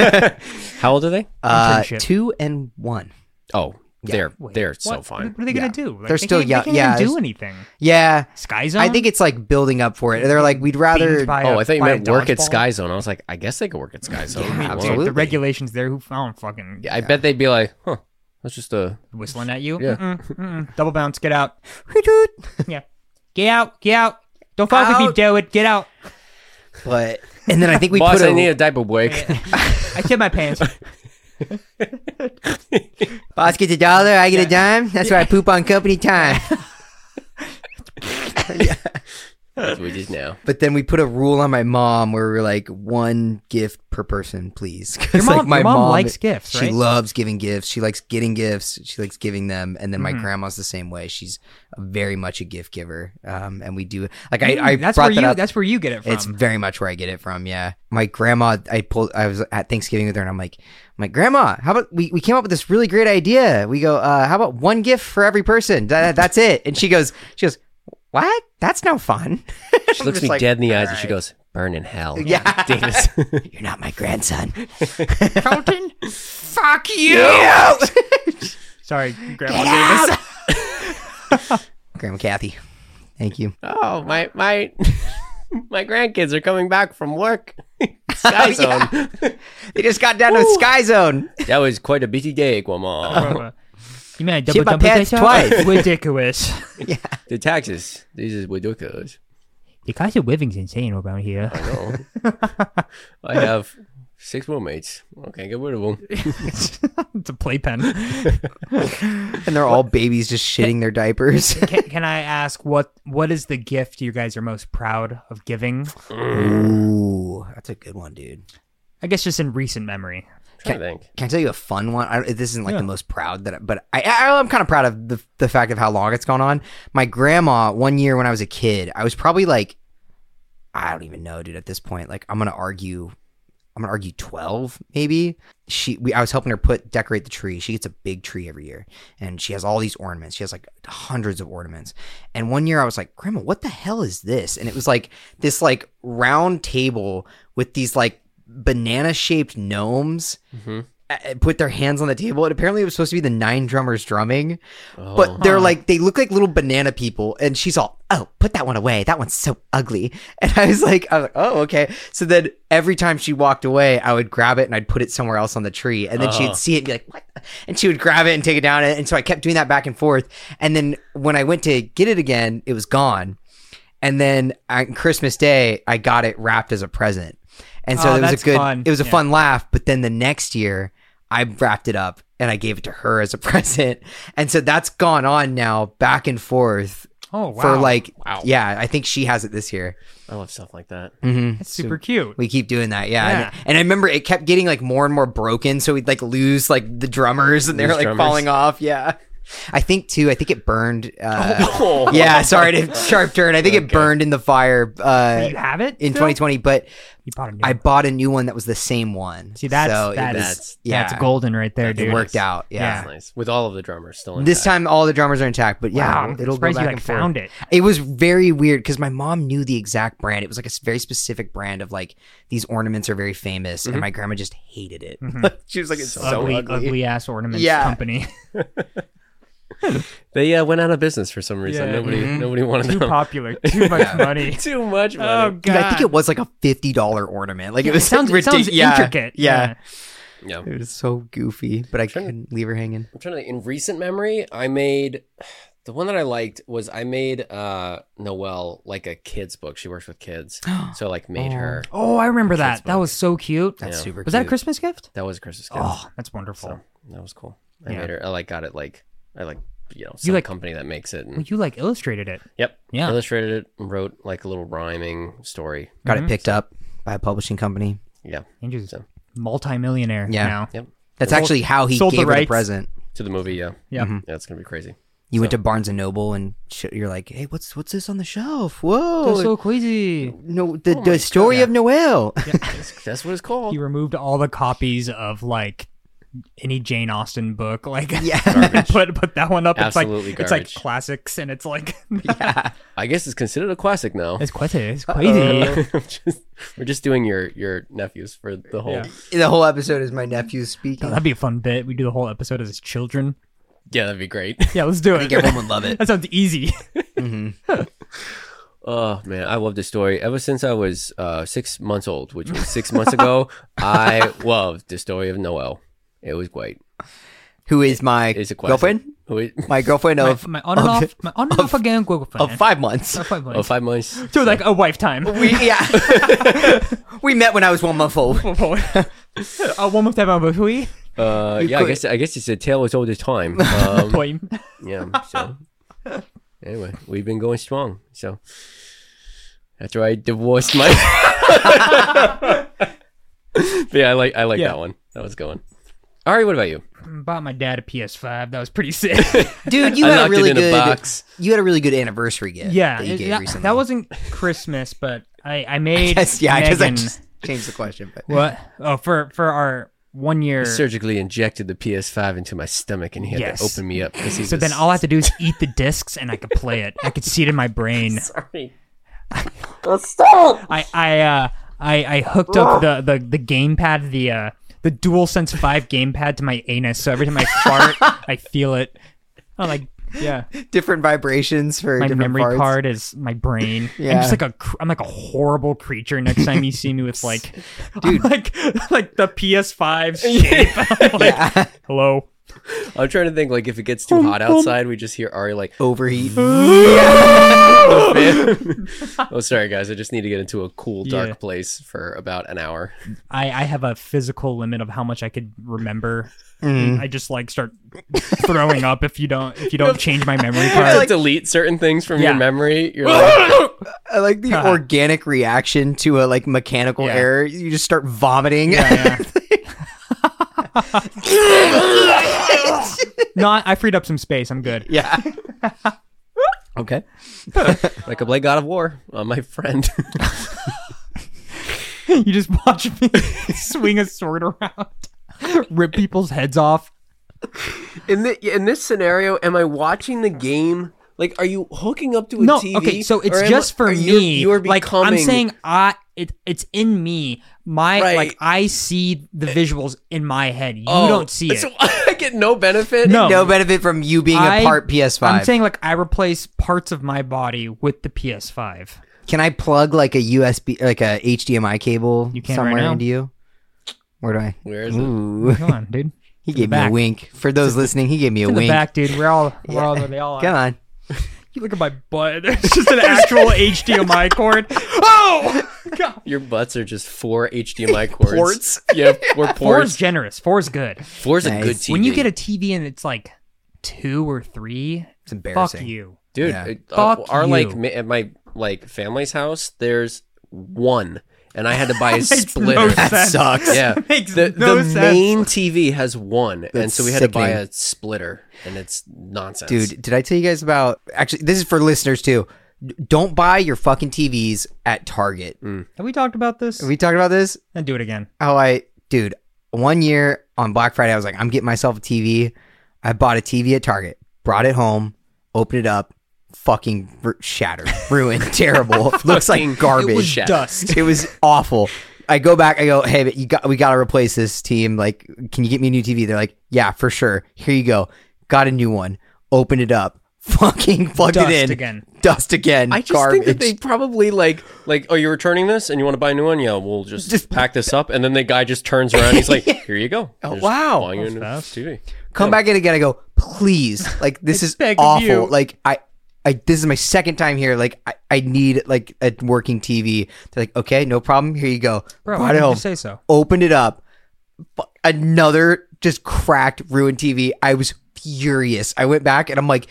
[SPEAKER 1] How old are they?
[SPEAKER 6] Uh,
[SPEAKER 5] Internship.
[SPEAKER 6] two and one.
[SPEAKER 1] Oh, they're they're so
[SPEAKER 5] What-
[SPEAKER 1] fine.
[SPEAKER 5] What are they
[SPEAKER 6] Yeah.
[SPEAKER 5] gonna do? Like,
[SPEAKER 6] They're
[SPEAKER 5] they
[SPEAKER 6] still
[SPEAKER 5] can't,
[SPEAKER 6] young-
[SPEAKER 5] They can't
[SPEAKER 6] yeah,
[SPEAKER 5] even do
[SPEAKER 6] it's-
[SPEAKER 5] anything.
[SPEAKER 6] Yeah.
[SPEAKER 5] Sky Zone.
[SPEAKER 6] I think it's like building up for it. They're like, we'd
[SPEAKER 5] Beamed
[SPEAKER 6] rather.
[SPEAKER 5] by
[SPEAKER 1] Oh,
[SPEAKER 5] a-
[SPEAKER 1] I thought you
[SPEAKER 5] by a
[SPEAKER 1] meant work at
[SPEAKER 5] dodgeball.
[SPEAKER 1] Sky Zone. I was like, I guess they could work at Sky Zone.
[SPEAKER 6] Yeah,
[SPEAKER 1] We won't.
[SPEAKER 5] Dude,
[SPEAKER 6] absolutely.
[SPEAKER 5] the regulations there. Who I don't fucking
[SPEAKER 1] Yeah, I bet they'd be like, huh, that's just a.
[SPEAKER 5] whistling at you.
[SPEAKER 1] Yeah.
[SPEAKER 5] Mm-mm, mm-mm. Double bounce. Get out. yeah. Get out. Get out. Don't fuck with me,
[SPEAKER 6] Out.
[SPEAKER 5] David. Get out.
[SPEAKER 6] But and then I think we
[SPEAKER 1] Boss,
[SPEAKER 6] put
[SPEAKER 1] I
[SPEAKER 6] a,
[SPEAKER 1] need a diaper break.
[SPEAKER 5] I shit my pants.
[SPEAKER 6] boss gets a dollar, I get a dime. That's why I poop on company time.
[SPEAKER 1] That's what we did now.
[SPEAKER 6] but then we put a rule on my mom where we are like one gift per person, please. 'Cause,
[SPEAKER 5] Your mom-
[SPEAKER 6] like my
[SPEAKER 5] your mom likes gifts,
[SPEAKER 6] She
[SPEAKER 5] right?
[SPEAKER 6] loves giving gifts. She likes getting gifts. She likes giving them. And then
[SPEAKER 5] Mm-hmm.
[SPEAKER 6] my grandma's the same way. She's very much a gift giver. Um, and we do like I, I
[SPEAKER 5] Mm, that's
[SPEAKER 6] brought
[SPEAKER 5] where
[SPEAKER 6] that
[SPEAKER 5] you.
[SPEAKER 6] up.
[SPEAKER 5] That's where you get it from.
[SPEAKER 6] It's very much where I get it from. Yeah, my grandma. I pulled. I was at Thanksgiving with her, and I'm like, my grandma. How about we, we came up with this really great idea? We go, uh, how about one gift for every person? Tha- that's it. And she goes, she goes, what? That's no fun.
[SPEAKER 1] She looks me dead in the eyes and she goes, burn in hell.
[SPEAKER 6] Yeah.
[SPEAKER 1] Davis.
[SPEAKER 6] You're not my grandson.
[SPEAKER 5] Colton.
[SPEAKER 6] Fuck you,
[SPEAKER 5] Sorry, Grandma Davis.
[SPEAKER 6] Grandma Kathy. Thank you.
[SPEAKER 1] oh, my my my grandkids are coming back from work. Sky Zone.
[SPEAKER 6] They just got down to Sky Zone.
[SPEAKER 1] That was quite a busy day, Guamon.
[SPEAKER 5] You mean I double
[SPEAKER 6] Shit my
[SPEAKER 5] double
[SPEAKER 6] pants
[SPEAKER 5] that
[SPEAKER 6] twice.
[SPEAKER 5] Ridiculous.
[SPEAKER 1] the taxes. This is ridiculous.
[SPEAKER 5] The cost of living's insane around here.
[SPEAKER 1] No. I have six roommates. Okay, get rid of them.
[SPEAKER 5] it's a playpen.
[SPEAKER 6] And they're all babies just shitting their diapers.
[SPEAKER 5] can, can I ask what what is the gift you guys are most proud of giving?
[SPEAKER 6] Ooh, that's a good one, dude.
[SPEAKER 5] I guess just in recent memory.
[SPEAKER 1] trying to think.
[SPEAKER 6] Can I tell you a fun one? I, this isn't like the most proud that, I, but I, I I'm kind of proud of the the fact of how long it's gone on. My grandma, one year when I was a kid, I was probably like I don't even know, dude. At this point, like I'm gonna argue, I'm gonna argue twelve maybe. She, we, I was helping her put decorate the tree. She gets a big tree every year, and she has all these ornaments. She has like hundreds of ornaments. And one year I was like, Grandma, what the hell is this? And it was like this like round table with these like banana shaped gnomes. uh, Put their hands on the table, and apparently it was supposed to be the nine drummers drumming, but they're like they look like little banana people. And she's all, "Oh, put that one away. That one's so ugly." And I was like, "I was like, oh, okay." So then every time she walked away, I would grab it and I'd put it somewhere else on the tree, and then she'd see it and be like, "What?" And she would grab it and take it down. And so I kept doing that back and forth. And then when I went to get it again, it was gone. And then on Christmas Day, I got it wrapped as a present. And so
[SPEAKER 5] Oh,
[SPEAKER 6] it was
[SPEAKER 5] that's
[SPEAKER 6] a good,
[SPEAKER 5] fun.
[SPEAKER 6] it was a
[SPEAKER 5] Yeah.
[SPEAKER 6] fun laugh. But then the next year, I wrapped it up and I gave it to her as a present. And so that's gone on now back and forth
[SPEAKER 5] Oh wow.
[SPEAKER 6] for like,
[SPEAKER 1] Wow.
[SPEAKER 6] yeah, I think she has it this year.
[SPEAKER 1] I love stuff like that.
[SPEAKER 5] That's super cute.
[SPEAKER 6] We keep doing that, yeah.
[SPEAKER 5] Yeah.
[SPEAKER 6] And, and I remember it kept getting like more and more broken, so we'd like lose like the drummers, and they were
[SPEAKER 1] Lose
[SPEAKER 6] like
[SPEAKER 1] drummers.
[SPEAKER 6] falling off. Yeah, I think too. I think it burned. Uh,
[SPEAKER 5] Oh.
[SPEAKER 6] yeah, sorry to sharp turn. I think it burned in the fire uh,
[SPEAKER 5] You have it
[SPEAKER 6] in
[SPEAKER 5] still?
[SPEAKER 6] 2020, but
[SPEAKER 5] You bought a new
[SPEAKER 6] I
[SPEAKER 5] one.
[SPEAKER 6] bought a new one that was the same one.
[SPEAKER 5] See, that's
[SPEAKER 6] so it
[SPEAKER 5] that
[SPEAKER 6] was-
[SPEAKER 5] is
[SPEAKER 6] yeah,
[SPEAKER 5] that's golden right there,
[SPEAKER 6] It
[SPEAKER 5] dude.
[SPEAKER 6] worked out. Yeah.
[SPEAKER 5] Yeah.
[SPEAKER 1] That's nice. With all of the drummers still in
[SPEAKER 6] This time, all the drummers are intact, but yeah,
[SPEAKER 5] Wow, I'm
[SPEAKER 6] it'll go back
[SPEAKER 5] surprised you like
[SPEAKER 6] and forth.
[SPEAKER 5] found it.
[SPEAKER 6] It was very weird because my mom knew the exact brand. It was like a s- very specific brand of like these ornaments are very famous, and my grandma just hated it. she was like, "It's so,
[SPEAKER 5] Mm-hmm. ugly,
[SPEAKER 6] ugly."
[SPEAKER 5] ugly ass ornaments
[SPEAKER 6] Yeah.
[SPEAKER 5] company.
[SPEAKER 1] They uh, went out of business for some reason.
[SPEAKER 5] Yeah. mm-hmm.
[SPEAKER 1] nobody nobody wanted
[SPEAKER 5] too
[SPEAKER 1] them.
[SPEAKER 5] popular, too much money.
[SPEAKER 1] Too much
[SPEAKER 5] Um,
[SPEAKER 1] money.
[SPEAKER 6] Dude, I think it was like a fifty dollar ornament. Like it was
[SPEAKER 5] sounds, it
[SPEAKER 6] ridiculous.
[SPEAKER 5] sounds
[SPEAKER 6] yeah.
[SPEAKER 5] intricate.
[SPEAKER 6] Yeah.
[SPEAKER 1] yeah.
[SPEAKER 6] it was so goofy, but I couldn't leave her hanging.
[SPEAKER 1] I'm trying to think. In recent memory, I made the one that I liked was I made uh Noelle like a kids book. She works with kids, so I, like made her.
[SPEAKER 5] Oh, I remember that. That
[SPEAKER 1] fun.
[SPEAKER 5] was so cute.
[SPEAKER 6] That's
[SPEAKER 1] Yeah.
[SPEAKER 6] super.
[SPEAKER 5] was that a
[SPEAKER 6] cute.
[SPEAKER 5] Christmas gift?
[SPEAKER 1] That was a Christmas gift.
[SPEAKER 5] Oh, that's wonderful.
[SPEAKER 1] So that was cool. I
[SPEAKER 5] Yeah.
[SPEAKER 1] made her. I like got it like I like you know some
[SPEAKER 5] like-
[SPEAKER 1] company that makes it.
[SPEAKER 5] Well,
[SPEAKER 1] And,
[SPEAKER 5] you like illustrated it.
[SPEAKER 1] yep.
[SPEAKER 5] Yeah.
[SPEAKER 1] Illustrated it and wrote like a little rhyming story.
[SPEAKER 6] Got it
[SPEAKER 5] Mm-hmm.
[SPEAKER 6] picked up by a publishing company.
[SPEAKER 1] Yeah.
[SPEAKER 5] Andrew's
[SPEAKER 1] So-
[SPEAKER 5] a multimillionaire
[SPEAKER 6] Yeah.
[SPEAKER 5] now.
[SPEAKER 1] Yep.
[SPEAKER 6] That's actually how he
[SPEAKER 5] sold the
[SPEAKER 6] gave her the
[SPEAKER 5] rights.
[SPEAKER 6] present.
[SPEAKER 1] To the movie. Yeah.
[SPEAKER 5] Yeah.
[SPEAKER 1] Yeah. It's gonna be crazy.
[SPEAKER 6] You went to Barnes and Noble and sh- you're like, "Hey, what's what's this on the shelf? Whoa,
[SPEAKER 5] That's so Oh crazy.
[SPEAKER 6] no, the, the story of Noel."
[SPEAKER 1] That's, that's what it's called.
[SPEAKER 5] He removed all the copies of like any Jane Austen book, like yeah, put put that one up.
[SPEAKER 1] Absolutely
[SPEAKER 5] it's like it's like
[SPEAKER 1] garbage.
[SPEAKER 5] classics, and it's like
[SPEAKER 1] I guess it's considered a classic now.
[SPEAKER 5] it's crazy, it's crazy.
[SPEAKER 1] Just- we're just doing your your nephews for the whole. Yeah,
[SPEAKER 6] the whole episode is my nephew speaking.
[SPEAKER 5] That'd be a fun bit. We do the whole episode as children.
[SPEAKER 1] that'd be great.
[SPEAKER 5] Yeah, let's do it.
[SPEAKER 6] Everyone would love it.
[SPEAKER 5] That sounds easy.
[SPEAKER 1] Oh man, I love this story. Ever since I was uh, six months old, which was six months ago, I loved the story of Noel. It was great.
[SPEAKER 6] Who is my
[SPEAKER 1] It's a classic.
[SPEAKER 6] girlfriend?
[SPEAKER 1] Who is-
[SPEAKER 6] My girlfriend
[SPEAKER 5] My-
[SPEAKER 6] of
[SPEAKER 5] my, on and
[SPEAKER 6] of-
[SPEAKER 5] off, my on and off again girlfriend.
[SPEAKER 6] of five months.
[SPEAKER 5] Five
[SPEAKER 1] oh,
[SPEAKER 5] months.
[SPEAKER 1] five months.
[SPEAKER 5] So like a wife time.
[SPEAKER 6] We yeah. we met when I was one month old.
[SPEAKER 5] a woman Uh, time of a hui
[SPEAKER 1] Uh, yeah, I guess I guess it's a tale as old as time. Um,
[SPEAKER 5] poem.
[SPEAKER 1] yeah. So anyway, we've been going strong. So after I divorced my, But yeah, I like I like
[SPEAKER 5] Yeah.
[SPEAKER 1] that one. That was going. All right, what about you?
[SPEAKER 5] Bought my dad a PS5. That was pretty sick.
[SPEAKER 6] Dude, you
[SPEAKER 1] I
[SPEAKER 6] had
[SPEAKER 1] locked
[SPEAKER 6] a
[SPEAKER 1] it
[SPEAKER 6] really
[SPEAKER 1] in a
[SPEAKER 6] good
[SPEAKER 1] box.
[SPEAKER 6] you had a really good anniversary gift.
[SPEAKER 5] yeah,
[SPEAKER 6] that you
[SPEAKER 5] it-
[SPEAKER 6] gave
[SPEAKER 5] that,
[SPEAKER 6] recently.
[SPEAKER 5] that wasn't Christmas, but I I made
[SPEAKER 6] yes, yeah. I guess I
[SPEAKER 5] Megan-
[SPEAKER 6] just changed the question, but
[SPEAKER 5] what? Oh, for for our one year.
[SPEAKER 1] Surgically injected the PS5 into my stomach, and he had
[SPEAKER 5] Yes.
[SPEAKER 1] to open me up because he's
[SPEAKER 5] So
[SPEAKER 1] a
[SPEAKER 5] then all I have to do is eat the discs, and I could play it. I could see it in my brain.
[SPEAKER 4] Stop!
[SPEAKER 5] I I uh, I, I hooked up the the the gamepad the uh the DualSense Five gamepad to my anus, so every time I fart, I feel it. I'm like, yeah,
[SPEAKER 6] different vibrations for
[SPEAKER 5] my
[SPEAKER 6] different
[SPEAKER 5] memory
[SPEAKER 6] parts.
[SPEAKER 5] card is my brain. I'm
[SPEAKER 6] Yeah.
[SPEAKER 5] just like a cr- I'm like a horrible creature. Next time you see me with like, dude, like like the PS5 shape. I'm like, hello.
[SPEAKER 1] I'm trying to think like if it gets too hot outside, we just hear Ari like,
[SPEAKER 6] Overheat.
[SPEAKER 1] "Oh, sorry guys, I just need to get into a cool, dark
[SPEAKER 5] Yeah.
[SPEAKER 1] place for about an hour."
[SPEAKER 5] I, I have a physical limit of how much I could remember.
[SPEAKER 7] Mm.
[SPEAKER 5] I just like start throwing up if you don't if you don't change my memory
[SPEAKER 1] You have
[SPEAKER 5] card.
[SPEAKER 1] to delete certain things from your
[SPEAKER 5] Yeah.
[SPEAKER 1] memory. You're like,
[SPEAKER 6] I like the organic reaction to a like mechanical
[SPEAKER 5] Yeah.
[SPEAKER 6] error. You just start vomiting.
[SPEAKER 5] Yeah, yeah. no, I I freed up some space. I'm good.
[SPEAKER 6] yeah.
[SPEAKER 1] Okay. I could play God of War
[SPEAKER 5] uh,
[SPEAKER 1] on my friend.
[SPEAKER 5] You just watch me swing a sword around, rip people's heads off.
[SPEAKER 7] In the in this scenario, am I watching the game? Like, are you hooking up to a
[SPEAKER 5] no,
[SPEAKER 7] TV?
[SPEAKER 5] okay, so
[SPEAKER 7] or
[SPEAKER 5] it's
[SPEAKER 7] am
[SPEAKER 5] just
[SPEAKER 7] I-
[SPEAKER 5] for
[SPEAKER 7] are you-
[SPEAKER 5] me.
[SPEAKER 7] You are
[SPEAKER 5] like
[SPEAKER 7] becoming.
[SPEAKER 5] I'm saying, I it it's in me. My
[SPEAKER 7] Right.
[SPEAKER 5] like I see the visuals in my head. You
[SPEAKER 7] Oh,
[SPEAKER 5] don't see it.
[SPEAKER 7] So I get no benefit.
[SPEAKER 5] no,
[SPEAKER 6] No benefit from you being
[SPEAKER 5] I-
[SPEAKER 6] a part PS5.
[SPEAKER 5] I'm saying like I replace parts of my body with the PS5.
[SPEAKER 6] Can I plug like a USB, like a HDMI cable
[SPEAKER 5] You can right
[SPEAKER 6] somewhere
[SPEAKER 5] now.
[SPEAKER 6] into you? Where do I?
[SPEAKER 1] Where is
[SPEAKER 7] Mm-hmm.
[SPEAKER 1] it?
[SPEAKER 6] Ooh,
[SPEAKER 5] Come on, dude.
[SPEAKER 6] he gave me a
[SPEAKER 5] back.
[SPEAKER 6] wink. For those listening, he gave me a
[SPEAKER 5] In the
[SPEAKER 6] wink.
[SPEAKER 5] back, dude. We're all we're all they all.
[SPEAKER 6] Come on.
[SPEAKER 5] You look at my butt. It's just an actual HDMI cord. Oh, God.
[SPEAKER 1] Your butts are just four HDMI cords. ports. Yeah, we're
[SPEAKER 5] Four's
[SPEAKER 1] ports.
[SPEAKER 5] generous. Four's good.
[SPEAKER 1] Four's a
[SPEAKER 6] Nice.
[SPEAKER 1] good TV.
[SPEAKER 5] When you get a TV and it's like two or three,
[SPEAKER 6] It's embarrassing.
[SPEAKER 5] fuck you.
[SPEAKER 1] dude,
[SPEAKER 6] Yeah.
[SPEAKER 1] it- uh,
[SPEAKER 5] Fuck
[SPEAKER 1] our
[SPEAKER 5] you.
[SPEAKER 1] like ma- at my like family's house, there's one, and I had to buy a splitter.
[SPEAKER 5] no
[SPEAKER 1] That
[SPEAKER 5] sense.
[SPEAKER 1] sucks. Yeah,
[SPEAKER 5] Makes
[SPEAKER 1] the,
[SPEAKER 5] no
[SPEAKER 1] the
[SPEAKER 5] sense.
[SPEAKER 1] main TV has one, and
[SPEAKER 6] That's
[SPEAKER 1] so we had to buy
[SPEAKER 6] sickening.
[SPEAKER 1] a splitter, and it's nonsense,
[SPEAKER 6] Dude, did I tell you guys about? Actually, this is for listeners too. D- Don't buy your fucking TVs at Target.
[SPEAKER 5] Have we talked about this?
[SPEAKER 6] Are we talking about this?
[SPEAKER 5] Then do it again.
[SPEAKER 6] Oh, I, dude, one year on Black Friday, I was like, I'm getting myself a TV. I bought a TV at Target, brought it home, opened it up, fucking r- shattered, ruined, terrible. Looks like garbage.
[SPEAKER 1] It was dust.
[SPEAKER 6] It was awful. I go back. I go, hey, but you got we got to replace this team. Like, can you get me a new TV? They're like, yeah, for sure. Here you go. Got a new one. Opened it up. Fucking plugged
[SPEAKER 5] Dust
[SPEAKER 6] it in.
[SPEAKER 5] again.
[SPEAKER 6] Dust again.
[SPEAKER 1] I just
[SPEAKER 6] garbage.
[SPEAKER 1] think that they probably like like oh you're returning this and you want to buy a new one yeah we'll just,
[SPEAKER 6] Just-
[SPEAKER 1] pack this up and then the guy just turns around he's like here you go
[SPEAKER 6] Oh,
[SPEAKER 1] Just
[SPEAKER 6] wow.
[SPEAKER 1] buying you a new
[SPEAKER 5] fast.
[SPEAKER 1] TV
[SPEAKER 6] come back in again. I go, please, like this is
[SPEAKER 5] beg of
[SPEAKER 6] awful.
[SPEAKER 5] you.
[SPEAKER 6] Like I, I this is my second time here. Like I, I need like a working TV. They're like, okay, no problem. Here you go.
[SPEAKER 5] Bro,
[SPEAKER 6] Brought
[SPEAKER 5] why
[SPEAKER 6] it
[SPEAKER 5] did you
[SPEAKER 6] home.
[SPEAKER 5] say so?
[SPEAKER 6] Opened it up. Fu- Another just cracked, ruined TV. I was furious. I went back and I'm like.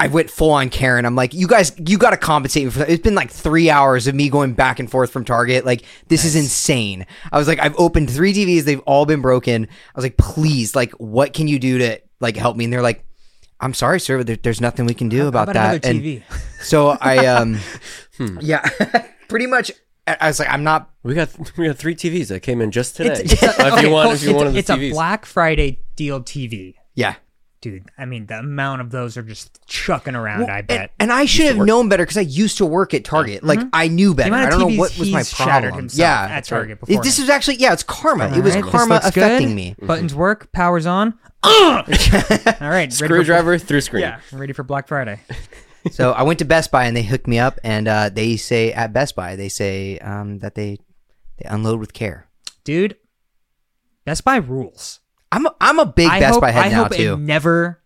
[SPEAKER 6] I went full on Karen. I'm like, you guys, you got to compensate me for that. It's been like three hours of me going back and forth from Target. Like, this is insane. I was like, I've opened three TVs. They've all been broken. I was like, please, like, what can you do to like help me? And they're like, I'm sorry, sir, but there, there's nothing we can do about,
[SPEAKER 5] about
[SPEAKER 6] that.
[SPEAKER 5] another Hmm.
[SPEAKER 6] And
[SPEAKER 5] TV?
[SPEAKER 6] so I, um, yeah, pretty much. I I was like, I'm not.
[SPEAKER 1] we got we got three TVs that came in just today
[SPEAKER 6] It's- it's a-
[SPEAKER 1] if you want if you
[SPEAKER 5] it's,
[SPEAKER 1] want one of the
[SPEAKER 5] it's
[SPEAKER 1] TVs
[SPEAKER 5] a Black Friday deal TV.
[SPEAKER 6] Yeah.
[SPEAKER 5] Dude, I mean, the amount of those are just chucking around, I bet.
[SPEAKER 6] And I should have known better because I used to work at Target. Like I knew better.
[SPEAKER 5] Mm-hmm. amount
[SPEAKER 6] I
[SPEAKER 5] of
[SPEAKER 6] don't know
[SPEAKER 5] TVs
[SPEAKER 6] what was my
[SPEAKER 5] he's shattered
[SPEAKER 6] problem.
[SPEAKER 5] himself
[SPEAKER 6] Yeah,
[SPEAKER 5] at
[SPEAKER 6] that's right.
[SPEAKER 5] Target
[SPEAKER 6] It-
[SPEAKER 5] before.
[SPEAKER 6] This was actually yeah, it's karma. it was
[SPEAKER 5] Alright, this
[SPEAKER 6] karma
[SPEAKER 5] looks
[SPEAKER 6] affecting
[SPEAKER 5] good.
[SPEAKER 6] me.
[SPEAKER 5] Buttons work, powers on. Ugh! All right, ready for,
[SPEAKER 1] screwdriver through screen
[SPEAKER 5] yeah, ready for Black Friday.
[SPEAKER 6] So I went to Best Buy and they hooked me up, and uh, they say at Best Buy they say um, that they they unload with care.
[SPEAKER 5] Dude, Best Buy rules.
[SPEAKER 6] I'm a, I'm a big
[SPEAKER 5] I
[SPEAKER 6] Best
[SPEAKER 5] hope,
[SPEAKER 6] Buy head
[SPEAKER 5] I
[SPEAKER 6] now
[SPEAKER 5] hope it
[SPEAKER 6] too.
[SPEAKER 5] never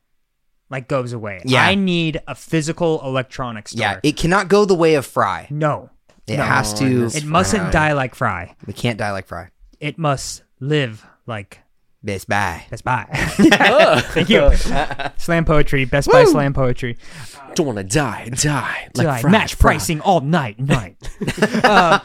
[SPEAKER 5] like goes away.
[SPEAKER 6] Yeah.
[SPEAKER 5] I need a physical electronics store.
[SPEAKER 6] Yeah, it cannot go the way of Fry.
[SPEAKER 5] no,
[SPEAKER 6] It
[SPEAKER 5] No.
[SPEAKER 6] has to.
[SPEAKER 5] it mustn't die like Fry.
[SPEAKER 6] We can't die like Fry.
[SPEAKER 5] It must live like
[SPEAKER 6] Best Buy.
[SPEAKER 5] Best Buy. Thank you. slam poetry, Best Buy slam poetry.
[SPEAKER 1] don't want to die die like
[SPEAKER 5] Like
[SPEAKER 1] fries,
[SPEAKER 5] match
[SPEAKER 1] fries.
[SPEAKER 5] pricing all night, night. Uh,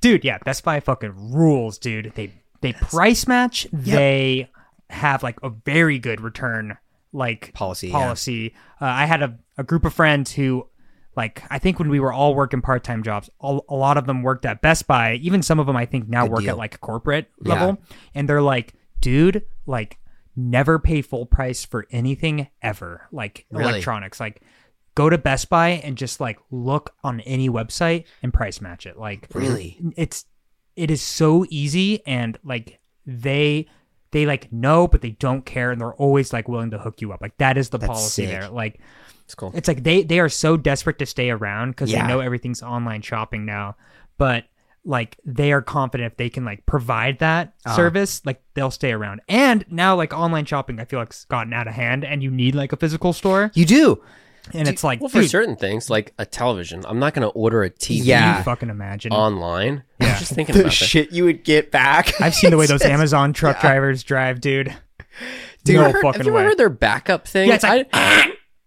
[SPEAKER 5] dude, yeah, Best Buy fucking rules, dude. They they price match. They have like a very good return like
[SPEAKER 6] Policy, yeah.
[SPEAKER 5] Policy. Uh, I had a, a group of friends who. Like I think when we were all working part time jobs, all, a lot of them worked at Best Buy. Even some of them I think now work
[SPEAKER 6] deal.
[SPEAKER 5] at like corporate level, and they're like, "Dude, like never pay full price for anything ever." Like electronics, like go to Best Buy and just like look on any website and price match it. Like
[SPEAKER 6] Really?
[SPEAKER 5] it's it is so easy and like they they like know but they don't care and they're always like willing to hook you up. Like that is the policy
[SPEAKER 6] sick.
[SPEAKER 5] there. Like
[SPEAKER 1] it's cool
[SPEAKER 5] it's like they they are so desperate to stay around because
[SPEAKER 6] Yeah.
[SPEAKER 5] they know everything's online shopping now, but like they are confident if they can like provide that
[SPEAKER 6] Uh-huh.
[SPEAKER 5] service, like they'll stay around. And now like online shopping, I feel like it's gotten out of hand, and you need like a physical store,
[SPEAKER 6] You do.
[SPEAKER 5] and it's like
[SPEAKER 1] well for
[SPEAKER 5] dude,
[SPEAKER 1] certain things like a television I'm not gonna order a TV
[SPEAKER 5] Can
[SPEAKER 6] Yeah.
[SPEAKER 5] you fucking imagine?
[SPEAKER 1] online I'm just thinking about that
[SPEAKER 6] you would get back.
[SPEAKER 5] I've seen the way those Amazon truck drivers drive, dude.
[SPEAKER 1] Dude,
[SPEAKER 5] no
[SPEAKER 1] you heard-
[SPEAKER 5] fucking
[SPEAKER 1] have you
[SPEAKER 5] way.
[SPEAKER 1] heard their backup thing?
[SPEAKER 5] Yeah, it's like-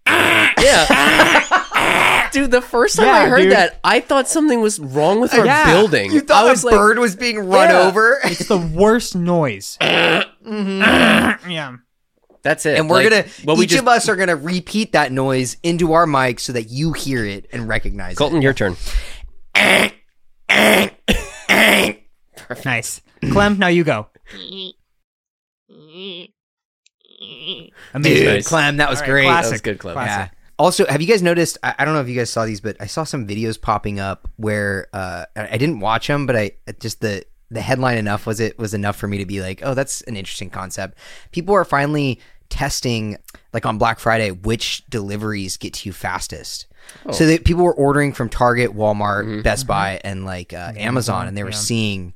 [SPEAKER 1] I- yeah. Dude, the first time I
[SPEAKER 5] Yeah,
[SPEAKER 1] heard
[SPEAKER 5] dude.
[SPEAKER 1] that, I thought something was wrong with our
[SPEAKER 5] Yeah.
[SPEAKER 1] building.
[SPEAKER 6] You thought
[SPEAKER 1] I
[SPEAKER 6] a bird was being run
[SPEAKER 1] Yeah.
[SPEAKER 6] over.
[SPEAKER 1] Mm-hmm.
[SPEAKER 5] It's the worst noise. yeah.
[SPEAKER 8] That's it.
[SPEAKER 6] And we're
[SPEAKER 8] Like,
[SPEAKER 6] gonna
[SPEAKER 8] what
[SPEAKER 6] each
[SPEAKER 8] we just,
[SPEAKER 6] of us are gonna repeat that noise into our mic so that you hear it and recognize it.
[SPEAKER 1] Colton, your turn.
[SPEAKER 5] Nice. Clem, now you go. Amazing.
[SPEAKER 6] Dude, Clem, that was
[SPEAKER 5] All right,
[SPEAKER 6] great.
[SPEAKER 5] classic.
[SPEAKER 8] That's good, Clem.
[SPEAKER 5] Classic.
[SPEAKER 6] Yeah. Also, have you guys noticed? I, I don't know if you guys saw these, but I saw some videos popping up where uh, I I didn't watch them, but I uh, just the the headline enough was it was enough for me to be like, oh, that's an interesting concept. People are finally testing, like on Black Friday, which deliveries get to you fastest. So that people were ordering from Target, Walmart, Best Buy, and like uh, Amazon, and they were seeing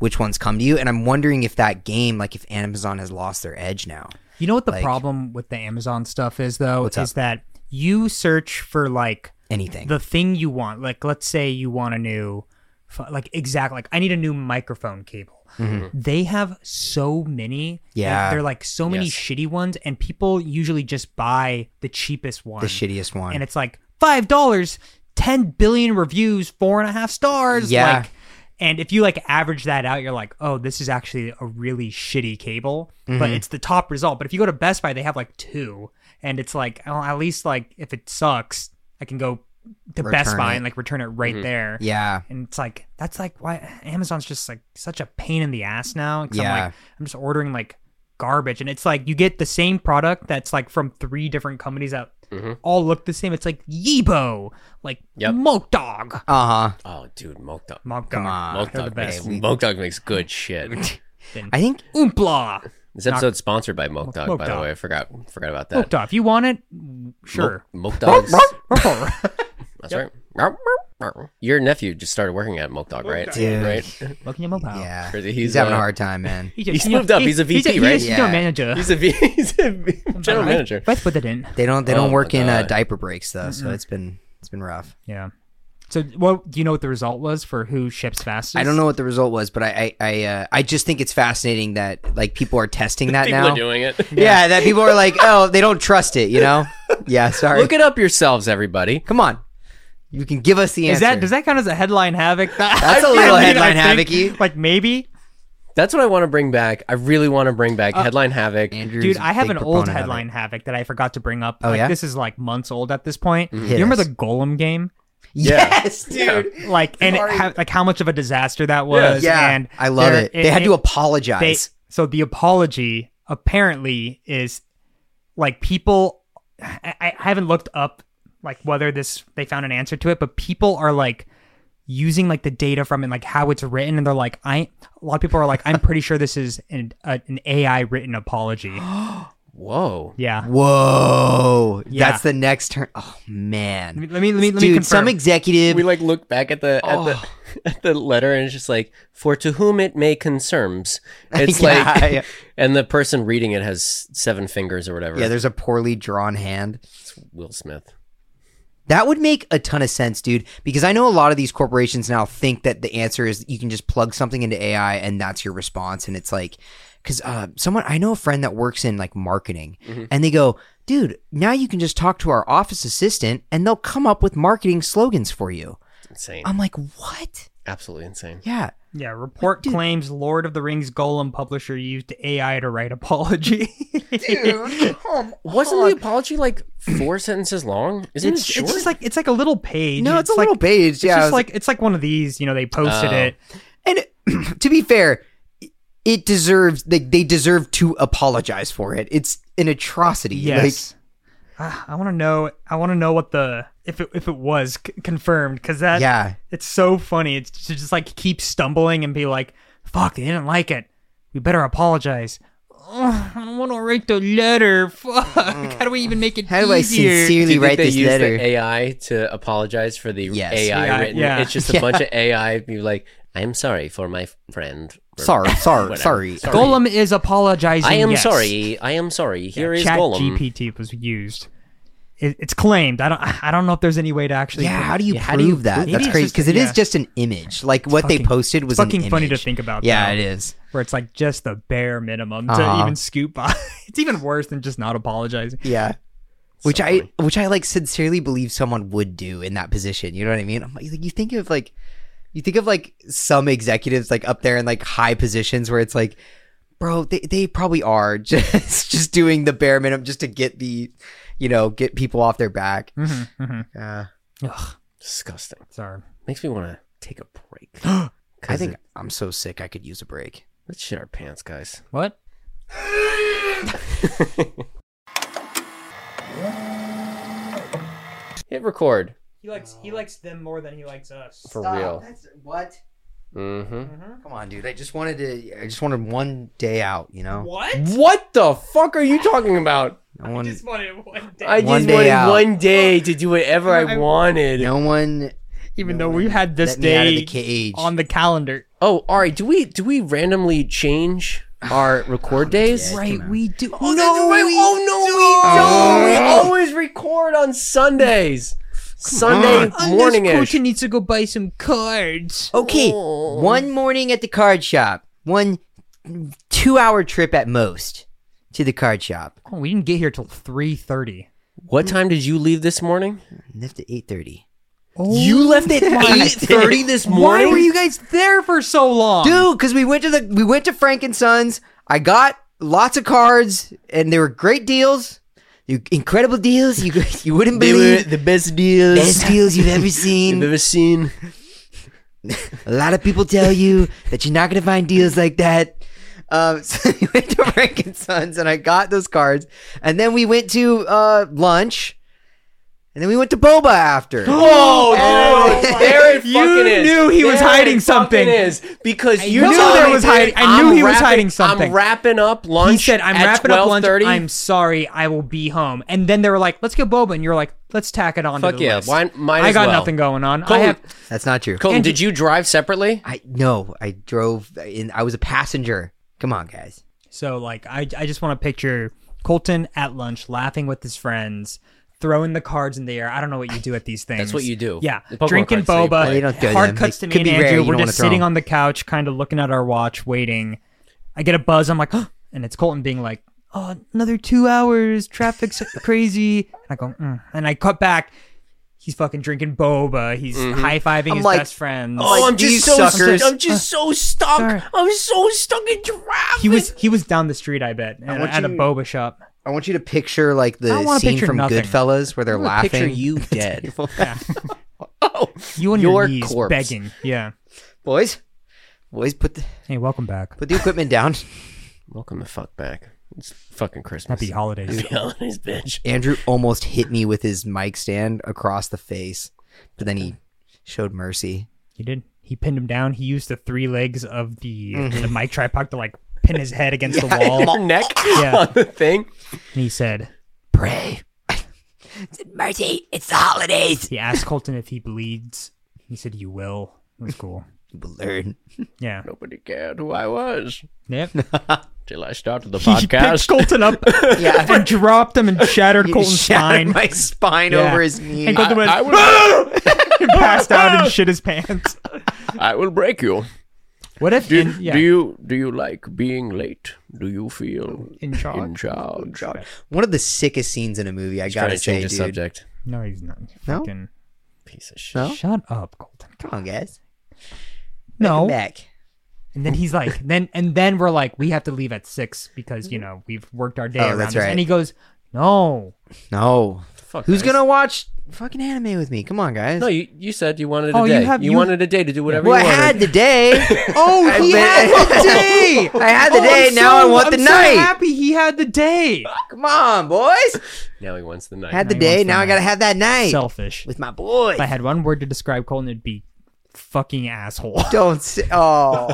[SPEAKER 6] which ones come to you. And I'm wondering if that game, like if Amazon has lost their edge now.
[SPEAKER 5] You know what the problem with the Amazon stuff is though is that you search for like
[SPEAKER 6] Anything.
[SPEAKER 5] the thing you want. Like let's say you want a new pho- like exactly like I need a new microphone cable. They have so many. and
[SPEAKER 6] Yeah.
[SPEAKER 5] They're like so many
[SPEAKER 6] Yes.
[SPEAKER 5] shitty ones and people usually just buy the cheapest one.
[SPEAKER 6] the shittiest one.
[SPEAKER 5] And it's like five dollars, ten billion reviews, four and a half stars.
[SPEAKER 6] Yeah.
[SPEAKER 5] Like, and if you like average that out, you're like, oh, this is actually a really shitty cable,
[SPEAKER 6] Mm-hmm.
[SPEAKER 5] but it's the top result. But if you go to Best Buy, they have like two, and it's like, oh, at least like if it sucks, I can go to Best
[SPEAKER 6] Return
[SPEAKER 5] Buy
[SPEAKER 6] it. Mm-hmm.
[SPEAKER 5] and like return it right there.
[SPEAKER 6] yeah.
[SPEAKER 5] And it's like that's like why Amazon's just like such a pain in the ass now. 'cause I'm
[SPEAKER 6] Yeah.
[SPEAKER 5] like I'm just ordering like garbage, and it's like you get the same product that's like from three different companies that
[SPEAKER 6] Mm-hmm.
[SPEAKER 5] all look the same. It's like Yibo, like
[SPEAKER 1] Yep.
[SPEAKER 5] Moke Dog,
[SPEAKER 6] Uh huh.
[SPEAKER 1] Oh, dude, Moke Dog.
[SPEAKER 5] Moke
[SPEAKER 6] Come
[SPEAKER 5] Dog,
[SPEAKER 6] on.
[SPEAKER 1] Moke
[SPEAKER 5] they're the
[SPEAKER 1] Dog, Mm-hmm. makes,
[SPEAKER 5] best.
[SPEAKER 1] Moke Dog makes good shit.
[SPEAKER 6] I think
[SPEAKER 5] Oompla,
[SPEAKER 1] This episode's sponsored by Moke Dog,
[SPEAKER 5] Moke
[SPEAKER 1] by the
[SPEAKER 5] Dog.
[SPEAKER 1] way. I forgot forgot about
[SPEAKER 5] Moke
[SPEAKER 1] that.
[SPEAKER 5] Dog. If you want it, sure.
[SPEAKER 1] Moke Dog's.
[SPEAKER 5] Moke
[SPEAKER 1] That's right. Your nephew just started working at Moke Dog, right?
[SPEAKER 6] Dude.
[SPEAKER 1] Right.
[SPEAKER 5] in your mobile.
[SPEAKER 6] yeah.
[SPEAKER 1] Crazy.
[SPEAKER 6] He's,
[SPEAKER 1] He's,
[SPEAKER 6] having
[SPEAKER 1] uh,
[SPEAKER 6] a hard time, man.
[SPEAKER 5] just-
[SPEAKER 1] He's
[SPEAKER 5] you know,
[SPEAKER 1] moved up. He's a VP,
[SPEAKER 5] he's
[SPEAKER 1] right?
[SPEAKER 5] He's a
[SPEAKER 6] Yeah.
[SPEAKER 5] manager.
[SPEAKER 1] He's a V. He's a v- general manager.
[SPEAKER 5] Let's put it in.
[SPEAKER 6] They don't they
[SPEAKER 1] Oh
[SPEAKER 6] don't
[SPEAKER 1] my
[SPEAKER 6] work in uh,
[SPEAKER 1] God.
[SPEAKER 6] diaper breaks though,
[SPEAKER 5] Mm-hmm.
[SPEAKER 6] so it's been it's been rough.
[SPEAKER 5] Yeah. So, what do you know what the result was for who ships fastest?
[SPEAKER 6] I don't know what the result was, but I I I, uh, I just think it's fascinating that like people are testing that
[SPEAKER 1] People
[SPEAKER 6] now.
[SPEAKER 1] are doing it.
[SPEAKER 6] yeah. that people are like, oh, they don't trust it, you know? Yeah, sorry.
[SPEAKER 1] Look it up yourselves, everybody.
[SPEAKER 6] Come on, you can give us the answer.
[SPEAKER 5] Is that does that count as a headline havoc?
[SPEAKER 6] That's
[SPEAKER 5] a
[SPEAKER 6] a little headline havoc-y.
[SPEAKER 5] Like maybe,
[SPEAKER 1] That's what I want to bring back. I really want to bring back Headline Havoc.
[SPEAKER 6] Andrew's
[SPEAKER 5] dude. I have
[SPEAKER 6] big
[SPEAKER 5] an old
[SPEAKER 6] proponent of it.
[SPEAKER 5] headline havoc that I forgot to bring up.
[SPEAKER 6] Oh,
[SPEAKER 5] like,
[SPEAKER 6] yeah? Mm-hmm.
[SPEAKER 5] this is like months old at this point. You
[SPEAKER 6] Hit
[SPEAKER 5] remember
[SPEAKER 6] us.
[SPEAKER 5] the Golem game?
[SPEAKER 6] Yes, dude.
[SPEAKER 5] Like and it,
[SPEAKER 6] Sorry.
[SPEAKER 5] ha- like how much of a disaster that was.
[SPEAKER 6] Yeah,
[SPEAKER 5] and
[SPEAKER 6] I love
[SPEAKER 5] there-
[SPEAKER 6] it. They had to apologize.
[SPEAKER 5] they- so the apology apparently is like people. I, I haven't looked up like whether this they found an answer to it, but people are like using like the data from it, like how it's written, and they're like, I. A lot of people are like, I'm pretty sure this is an a, an AI written apology.
[SPEAKER 1] Whoa.
[SPEAKER 5] Yeah.
[SPEAKER 6] Whoa,
[SPEAKER 5] Yeah.
[SPEAKER 6] that's the next turn. Oh man,
[SPEAKER 5] Let me let me let me, let me
[SPEAKER 6] dude,
[SPEAKER 5] confirm.
[SPEAKER 6] some executive
[SPEAKER 1] We like look back at the at the at the letter and it's just like for to whom it may concerns. It's
[SPEAKER 6] Yeah,
[SPEAKER 1] like
[SPEAKER 6] yeah.
[SPEAKER 1] and the person reading it has seven fingers or whatever.
[SPEAKER 6] Yeah, there's a poorly drawn hand.
[SPEAKER 1] Will Smith.
[SPEAKER 6] That would make a ton of sense, dude, because I know a lot of these corporations now think that the answer is you can just plug something into AI and that's your response. And it's like, because uh, someone, I know a friend that works in like marketing
[SPEAKER 5] Mm-hmm.
[SPEAKER 6] and they go, dude, now you can just talk to our office assistant and they'll come up with marketing slogans for you.
[SPEAKER 1] Insane.
[SPEAKER 6] I'm like, what?
[SPEAKER 1] Absolutely insane.
[SPEAKER 6] Yeah.
[SPEAKER 5] yeah, report claims Lord of the Rings Golem publisher used AI to write apology.
[SPEAKER 1] Wasn't the apology like four sentences long? Isn't
[SPEAKER 5] it's,
[SPEAKER 1] it short?
[SPEAKER 5] it's just like it's like a little page.
[SPEAKER 6] No, it's, a
[SPEAKER 5] like,
[SPEAKER 6] little page.
[SPEAKER 5] It's
[SPEAKER 6] yeah.
[SPEAKER 5] just
[SPEAKER 6] I was-
[SPEAKER 5] like it's like one of these. You know, they posted
[SPEAKER 1] Oh.
[SPEAKER 5] it.
[SPEAKER 6] and it- to be fair, it deserves, they, they deserve to apologize for it. It's an atrocity.
[SPEAKER 5] Yes. Ah, I want to know. I want to know what the if it if it was c- confirmed because that
[SPEAKER 6] Like, yeah.
[SPEAKER 5] it's so funny. It's to just like keep stumbling and be like, "Fuck, they didn't like it. We better apologize." Ugh, I don't want to write the letter. Fuck. How do we even make it
[SPEAKER 6] Mm. How do I
[SPEAKER 5] easier?
[SPEAKER 1] Do
[SPEAKER 6] sincerely
[SPEAKER 1] you think
[SPEAKER 6] write
[SPEAKER 1] they
[SPEAKER 6] this
[SPEAKER 1] use
[SPEAKER 6] letter?
[SPEAKER 1] the AI to apologize for the
[SPEAKER 6] Yes.
[SPEAKER 1] AI
[SPEAKER 5] Yeah,
[SPEAKER 1] written?
[SPEAKER 5] yeah.
[SPEAKER 1] It's just a bunch of AI be like, I'm sorry for my friend.
[SPEAKER 6] Sorry, sorry,
[SPEAKER 1] Whatever.
[SPEAKER 6] sorry.
[SPEAKER 5] Golem is apologizing.
[SPEAKER 1] I am
[SPEAKER 5] yes.
[SPEAKER 1] sorry. I am sorry. Here is
[SPEAKER 5] Chat
[SPEAKER 1] Golem.
[SPEAKER 5] GPT was used. It, it's claimed. I don't. I don't know if there's any way to actually.
[SPEAKER 6] Yeah, how do you
[SPEAKER 5] Yeah,
[SPEAKER 6] prove
[SPEAKER 5] how do you
[SPEAKER 6] that?
[SPEAKER 5] prove
[SPEAKER 6] That's
[SPEAKER 5] it?
[SPEAKER 6] crazy because it is
[SPEAKER 5] Yeah.
[SPEAKER 6] just an image. Like what they
[SPEAKER 5] fucking-
[SPEAKER 6] posted was
[SPEAKER 5] it's fucking
[SPEAKER 6] an
[SPEAKER 5] funny to
[SPEAKER 6] image.
[SPEAKER 5] think about.
[SPEAKER 6] Yeah,
[SPEAKER 5] though,
[SPEAKER 6] it is.
[SPEAKER 5] Where it's like just the bare minimum to
[SPEAKER 6] Uh-huh.
[SPEAKER 5] even scoop by. it's even worse than just not apologizing.
[SPEAKER 6] Yeah. Which I which I like sincerely believe someone would do in that position. You know what I mean? I'm like, like, you think of like you think of like some executives like up there in like high positions where it's like bro, they, they probably are just just doing the bare minimum just to get the, you know, get people off their back.
[SPEAKER 5] Mm-hmm,
[SPEAKER 6] Uh,
[SPEAKER 1] Disgusting.
[SPEAKER 5] Sorry.
[SPEAKER 1] Makes me want to take a break.
[SPEAKER 6] I think I'm so sick I could use a break.
[SPEAKER 1] Let's shit our pants, guys.
[SPEAKER 5] What?
[SPEAKER 1] Hit record
[SPEAKER 5] He likes he likes them more than he likes us.
[SPEAKER 1] for real.
[SPEAKER 6] what?
[SPEAKER 1] Mm-hmm.
[SPEAKER 6] Come on, dude. I just wanted to. I just wanted one day out. You know,
[SPEAKER 5] What?
[SPEAKER 1] What the fuck are you talking about?
[SPEAKER 6] no one,
[SPEAKER 5] wanted one day.
[SPEAKER 1] I
[SPEAKER 6] One
[SPEAKER 1] just
[SPEAKER 6] day
[SPEAKER 1] wanted
[SPEAKER 6] out.
[SPEAKER 1] one day to do whatever I wanted.
[SPEAKER 6] no one
[SPEAKER 5] Even though we had this
[SPEAKER 6] let me out of the
[SPEAKER 5] day
[SPEAKER 6] cage.
[SPEAKER 5] on the calendar.
[SPEAKER 1] Oh, all right. Do we do we randomly change our record days?
[SPEAKER 5] Right, we do.
[SPEAKER 1] Oh, no, right. oh no, we don't. We always record on Sundays. Sunday morning ish.
[SPEAKER 5] needs to go buy some cards.
[SPEAKER 6] okay,
[SPEAKER 1] Oh.
[SPEAKER 6] one morning at the card shop. One two-hour trip at most to the card shop.
[SPEAKER 5] Oh, we didn't get here till three thirty.
[SPEAKER 1] What time did you leave this morning?
[SPEAKER 6] Left at eight thirty.
[SPEAKER 1] You left at eight thirty this
[SPEAKER 5] Why
[SPEAKER 1] morning.
[SPEAKER 5] were you guys there for so long?
[SPEAKER 6] dude because we went to the we went to frank and sons i got lots of cards and they were great deals you, incredible deals you you wouldn't believe
[SPEAKER 1] the best deals
[SPEAKER 6] best deals you've ever
[SPEAKER 1] you've
[SPEAKER 6] seen
[SPEAKER 1] ever seen.
[SPEAKER 6] a lot of people tell you that you're not gonna find deals like that um, so we went to frank and sons and i got those cards and then we went to uh, lunch and then we went to boba after
[SPEAKER 1] Oh, dude, there it
[SPEAKER 5] You
[SPEAKER 1] fucking is.
[SPEAKER 5] knew he was
[SPEAKER 1] There
[SPEAKER 5] hiding
[SPEAKER 1] it fucking
[SPEAKER 5] something.
[SPEAKER 1] Is because you
[SPEAKER 5] knew
[SPEAKER 1] told
[SPEAKER 5] there
[SPEAKER 1] me,
[SPEAKER 5] was
[SPEAKER 1] dude,
[SPEAKER 5] hiding- I knew
[SPEAKER 1] I'm
[SPEAKER 5] he was
[SPEAKER 1] wrapping-
[SPEAKER 5] hiding something.
[SPEAKER 1] I'm wrapping up lunch.
[SPEAKER 5] he said, "I'm
[SPEAKER 1] at
[SPEAKER 5] wrapping up lunch.
[SPEAKER 1] 12:30."
[SPEAKER 5] I'm sorry, I will be home." And then they were like, "Let's get boba," and you're like, "Let's tack it on."
[SPEAKER 1] Fuck
[SPEAKER 5] to the
[SPEAKER 1] yeah,
[SPEAKER 5] list."
[SPEAKER 1] why- might
[SPEAKER 5] I
[SPEAKER 1] as
[SPEAKER 5] got
[SPEAKER 1] well.
[SPEAKER 5] nothing going on. I
[SPEAKER 1] Colton,
[SPEAKER 5] have
[SPEAKER 6] that's not true
[SPEAKER 1] Colton, did you drive separately?
[SPEAKER 6] i no i drove in i was a passenger come on guys
[SPEAKER 5] so like I I just want to picture Colton at lunch laughing with his friends. Throwing the cards in the air. I don't know what you do at these things.
[SPEAKER 1] what you do.
[SPEAKER 5] Yeah,
[SPEAKER 1] The Pokemon
[SPEAKER 5] drinking
[SPEAKER 1] cards that you
[SPEAKER 5] boba.
[SPEAKER 1] play.
[SPEAKER 6] They don't do
[SPEAKER 5] hard
[SPEAKER 6] them.
[SPEAKER 5] cuts to
[SPEAKER 6] It
[SPEAKER 5] me
[SPEAKER 6] could
[SPEAKER 5] and
[SPEAKER 6] be rare.
[SPEAKER 5] Andrew.
[SPEAKER 6] You
[SPEAKER 5] We're
[SPEAKER 6] don't wanna
[SPEAKER 5] just
[SPEAKER 6] throw
[SPEAKER 5] sitting
[SPEAKER 6] them.
[SPEAKER 5] on the couch, kind of looking at our watch, waiting. I get a buzz. I'm like, and it's Colton being like, "Oh, another two hours. Traffic's crazy." And I go, mm. and I cut back. He's fucking drinking boba. He's high fiving his
[SPEAKER 6] like,
[SPEAKER 5] best friends.
[SPEAKER 1] Oh, I'm just
[SPEAKER 6] These
[SPEAKER 1] so
[SPEAKER 6] suckers.
[SPEAKER 1] I'm just so stuck.
[SPEAKER 5] sorry.
[SPEAKER 1] I'm so stuck in traffic.
[SPEAKER 5] he was he was down the street, I bet, at,
[SPEAKER 6] want
[SPEAKER 5] at a
[SPEAKER 6] you-
[SPEAKER 5] boba shop.
[SPEAKER 6] I want you to picture like
[SPEAKER 5] don't
[SPEAKER 6] the
[SPEAKER 5] wanna
[SPEAKER 6] scene
[SPEAKER 5] picture
[SPEAKER 6] from
[SPEAKER 5] nothing.
[SPEAKER 6] Goodfellas where they're laughing.
[SPEAKER 1] Picture you dead.
[SPEAKER 5] You and
[SPEAKER 6] Your
[SPEAKER 5] your knees
[SPEAKER 6] corpse.
[SPEAKER 5] begging. Yeah.
[SPEAKER 6] boys, boys, put the
[SPEAKER 5] Hey, welcome back.
[SPEAKER 6] put the equipment down.
[SPEAKER 1] Welcome the fuck back. It's fucking Christmas.
[SPEAKER 5] Happy holidays.
[SPEAKER 1] Happy holidays, bitch.
[SPEAKER 6] Andrew almost hit me with his mic stand across the face, but then he showed mercy.
[SPEAKER 5] He did. He pinned him down. He used the three legs of the
[SPEAKER 1] Mm-hmm.
[SPEAKER 5] the mic tripod to like pin his head against the wall.
[SPEAKER 1] Your neck
[SPEAKER 5] Yeah.
[SPEAKER 1] on the thing.
[SPEAKER 5] And he said,
[SPEAKER 6] Pray, mercy. It's the holidays.
[SPEAKER 5] he asked Colton if he bleeds. He said, you will. It was cool.
[SPEAKER 6] You will learn.
[SPEAKER 5] Yeah.
[SPEAKER 1] Nobody cared who I was
[SPEAKER 5] Yep.
[SPEAKER 1] till I started the
[SPEAKER 5] He picked
[SPEAKER 1] podcast.
[SPEAKER 5] Colton up and dropped him and shattered Colton's
[SPEAKER 6] Shattered
[SPEAKER 5] spine.
[SPEAKER 6] my spine
[SPEAKER 5] Yeah.
[SPEAKER 6] over his knee. Uh,
[SPEAKER 5] And Colton went,
[SPEAKER 1] I will,
[SPEAKER 5] passed out and shit his pants.
[SPEAKER 1] I will break you.
[SPEAKER 5] What if
[SPEAKER 1] Do,
[SPEAKER 5] in, yeah,
[SPEAKER 1] do you do you like being late? Do you feel
[SPEAKER 5] in charge?
[SPEAKER 1] in charge?
[SPEAKER 6] One of the sickest scenes in a movie. I gotta say, dude.
[SPEAKER 1] subject.
[SPEAKER 5] No, he's not.
[SPEAKER 6] No?
[SPEAKER 5] Fucking,
[SPEAKER 1] Piece of shit.
[SPEAKER 6] No?
[SPEAKER 5] Shut up, Colton.
[SPEAKER 6] Come on, guys. Come
[SPEAKER 5] No.
[SPEAKER 6] back.
[SPEAKER 5] And then he's like, then and then we're like, we have to leave at six because you know we've worked our day
[SPEAKER 6] Oh,
[SPEAKER 5] around
[SPEAKER 6] that's
[SPEAKER 5] this.
[SPEAKER 6] right.
[SPEAKER 5] And he goes, no.
[SPEAKER 6] No.
[SPEAKER 1] Fuck,
[SPEAKER 6] Who's
[SPEAKER 1] guys.
[SPEAKER 6] gonna watch fucking anime with me? Come on, guys.
[SPEAKER 1] No, you, you said you wanted a
[SPEAKER 5] Oh, you
[SPEAKER 1] day. You,
[SPEAKER 5] have- you-
[SPEAKER 1] wanted a day to do whatever
[SPEAKER 6] Well, I
[SPEAKER 1] you wanted.
[SPEAKER 6] had the day.
[SPEAKER 5] Oh, he
[SPEAKER 6] had the day. I had the day. now I want the
[SPEAKER 5] Oh, I'm
[SPEAKER 6] night.
[SPEAKER 5] So happy he had the day.
[SPEAKER 6] Come on, boys.
[SPEAKER 1] now he wants the night.
[SPEAKER 6] Had the
[SPEAKER 5] Now he
[SPEAKER 6] day.
[SPEAKER 5] wants the
[SPEAKER 6] Now I
[SPEAKER 5] night.
[SPEAKER 6] gotta have that night
[SPEAKER 5] Selfish.
[SPEAKER 6] with my boys.
[SPEAKER 5] If I had one word to describe Colton, it'd be fucking asshole.
[SPEAKER 6] Don't say. Oh,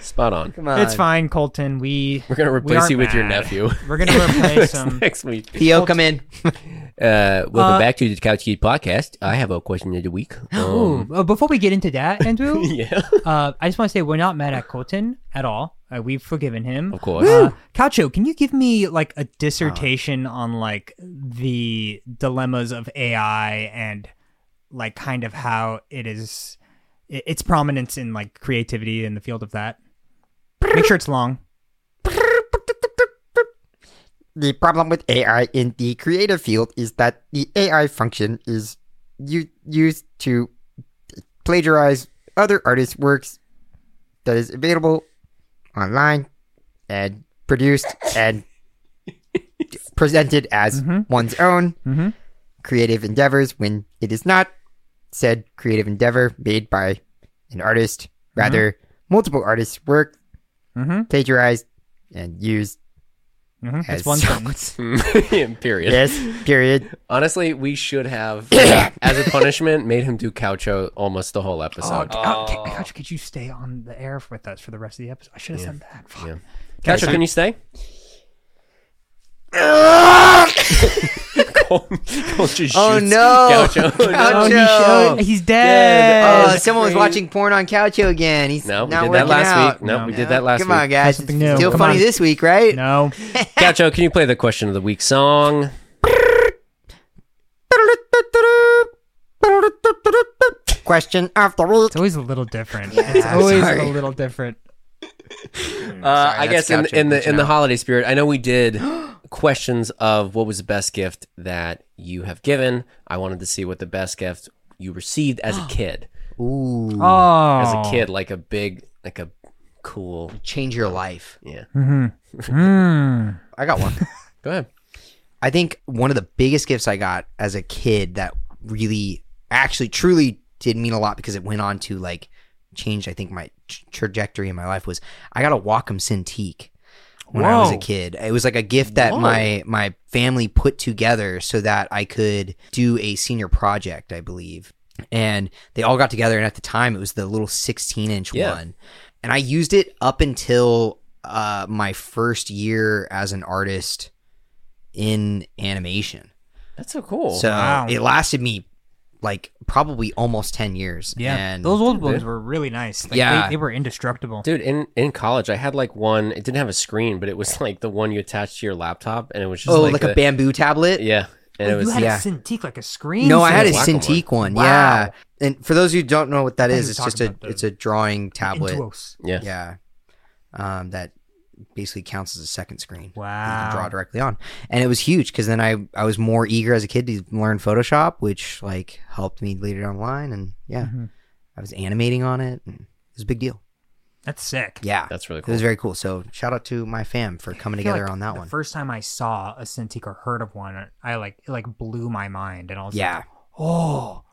[SPEAKER 1] Spot on.
[SPEAKER 6] come on.
[SPEAKER 5] it's fine, Colton. We
[SPEAKER 1] We're gonna
[SPEAKER 5] we
[SPEAKER 1] replace
[SPEAKER 5] aren't
[SPEAKER 1] you with your
[SPEAKER 5] mad.
[SPEAKER 1] nephew.
[SPEAKER 5] We're gonna replace him.
[SPEAKER 1] Next week.
[SPEAKER 6] Theo, come in.
[SPEAKER 1] Uh, welcome
[SPEAKER 5] Uh,
[SPEAKER 1] back to the Couch Kid podcast. I have a question of the week.
[SPEAKER 5] Ooh,
[SPEAKER 1] Um,
[SPEAKER 5] uh, before we get into that, Andrew,
[SPEAKER 1] yeah,
[SPEAKER 5] uh, I just want to say we're not mad at Colton at all. Uh, we've forgiven him.
[SPEAKER 1] of course.
[SPEAKER 5] Uh, Coucho, can you give me like a
[SPEAKER 6] Uh.
[SPEAKER 5] dissertation on like the dilemmas of AI and like kind of how it is i- its prominence in like creativity in the field of that? Make sure it's long.
[SPEAKER 4] The problem with AI in the creative field is that the AI function is u- used to plagiarize other artists' works that is available online and produced and presented as
[SPEAKER 5] Mm-hmm.
[SPEAKER 4] one's own creative endeavors when it is not said creative endeavor made by an artist,
[SPEAKER 5] Mm-hmm.
[SPEAKER 4] rather multiple artists' work
[SPEAKER 5] Mhm.
[SPEAKER 4] plagiarized and used
[SPEAKER 5] Mhm.
[SPEAKER 4] as
[SPEAKER 5] It's one thing.
[SPEAKER 4] someone's-
[SPEAKER 1] Mm, Period.
[SPEAKER 4] yes, period.
[SPEAKER 1] Honestly, we should have, as a punishment, made him do Coucho almost the whole episode.
[SPEAKER 5] Oh, ca- Gotcha, could you stay on the air with us for the rest of the episode? I should have said that. Fuck.
[SPEAKER 1] Coucho, can you stay? Cole- Cole just
[SPEAKER 6] Oh
[SPEAKER 1] shoots
[SPEAKER 6] no,
[SPEAKER 1] Coucho.
[SPEAKER 5] Oh, he
[SPEAKER 6] Coucho.
[SPEAKER 5] showed- he's dead.
[SPEAKER 6] Oh, someone was watching porn on Coucho again. He's
[SPEAKER 1] No, we
[SPEAKER 6] not
[SPEAKER 1] did that
[SPEAKER 6] working
[SPEAKER 1] last
[SPEAKER 6] out.
[SPEAKER 1] week. No, we did that last
[SPEAKER 6] Come
[SPEAKER 1] week.
[SPEAKER 6] on, guys.
[SPEAKER 5] something new.
[SPEAKER 6] Still
[SPEAKER 5] Come
[SPEAKER 6] funny
[SPEAKER 5] on.
[SPEAKER 6] this week, right?
[SPEAKER 5] No.
[SPEAKER 1] Gaucho, can you play the question of the week song?
[SPEAKER 4] Question of the week.
[SPEAKER 5] It's always a little different. it's always
[SPEAKER 6] sorry.
[SPEAKER 5] a little different.
[SPEAKER 1] Uh, I guess in,
[SPEAKER 6] Gaucho
[SPEAKER 1] in the
[SPEAKER 6] reaching
[SPEAKER 1] in the
[SPEAKER 6] out.
[SPEAKER 1] holiday spirit, I know we did questions of what was the best gift that you have given. I wanted to see what the best gift you received as a kid,
[SPEAKER 6] Ooh,
[SPEAKER 5] Oh.
[SPEAKER 1] as a kid, like a big, like a cool.
[SPEAKER 6] change your life.
[SPEAKER 1] Yeah,
[SPEAKER 5] Mm-hmm. Mm.
[SPEAKER 6] I got one.
[SPEAKER 1] go ahead.
[SPEAKER 6] I think one of the biggest gifts I got as a kid that really, actually, truly did mean a lot because it went on to like change. I think my t- trajectory in my life was I got a Wacom Cintiq when I was a
[SPEAKER 5] Whoa.
[SPEAKER 6] kid. It was like a gift that my my family put together so that I could do a senior project, I believe. And they all got together, and at the time it was the little 16 inch
[SPEAKER 1] Yeah.
[SPEAKER 6] one, and I used it up until uh, my first year as an artist in animation.
[SPEAKER 1] That's so cool.
[SPEAKER 6] So
[SPEAKER 5] Wow.
[SPEAKER 6] it lasted me like probably almost 10 years.
[SPEAKER 5] Yeah.
[SPEAKER 6] And
[SPEAKER 5] Those old ones were really nice. Like, they-
[SPEAKER 6] Yeah.
[SPEAKER 5] They, were indestructible.
[SPEAKER 1] Dude, in, in college, I had like one. It didn't have a screen, but it was like the one you attached to your laptop, and it was just
[SPEAKER 6] oh,
[SPEAKER 1] like,
[SPEAKER 6] like, a
[SPEAKER 1] the-
[SPEAKER 6] bamboo tablet?
[SPEAKER 1] Yeah, and it
[SPEAKER 5] Oh, you
[SPEAKER 1] was
[SPEAKER 5] had
[SPEAKER 6] yeah.
[SPEAKER 5] a Cintiq, like a screen.
[SPEAKER 6] No, I had a
[SPEAKER 1] Wacom one.
[SPEAKER 6] Cintiq one. Yeah. And for those who don't know what that
[SPEAKER 5] you
[SPEAKER 6] is,
[SPEAKER 5] were
[SPEAKER 6] it's just
[SPEAKER 5] talking
[SPEAKER 6] a
[SPEAKER 5] about the-
[SPEAKER 6] it's a drawing tablet.
[SPEAKER 5] Intuos.
[SPEAKER 1] yeah.
[SPEAKER 6] Yeah. Um, that basically counts as a second screen. that You can draw
[SPEAKER 5] Wow.
[SPEAKER 6] directly on. And it was huge because then I, I was more eager as a kid to learn Photoshop, which like helped me later down the line. And yeah,
[SPEAKER 5] Mm-hmm.
[SPEAKER 6] I was animating on it. And it was a big deal.
[SPEAKER 5] That's sick.
[SPEAKER 6] Yeah.
[SPEAKER 1] That's really
[SPEAKER 6] It
[SPEAKER 1] cool.
[SPEAKER 6] was very cool. So shout out to my fam for coming
[SPEAKER 5] I feel
[SPEAKER 6] together
[SPEAKER 5] like
[SPEAKER 6] on that
[SPEAKER 5] the
[SPEAKER 6] one.
[SPEAKER 5] first time I saw a Cintiq or heard of one, I like it like blew my mind, and I was
[SPEAKER 6] yeah.
[SPEAKER 5] like, "Oh,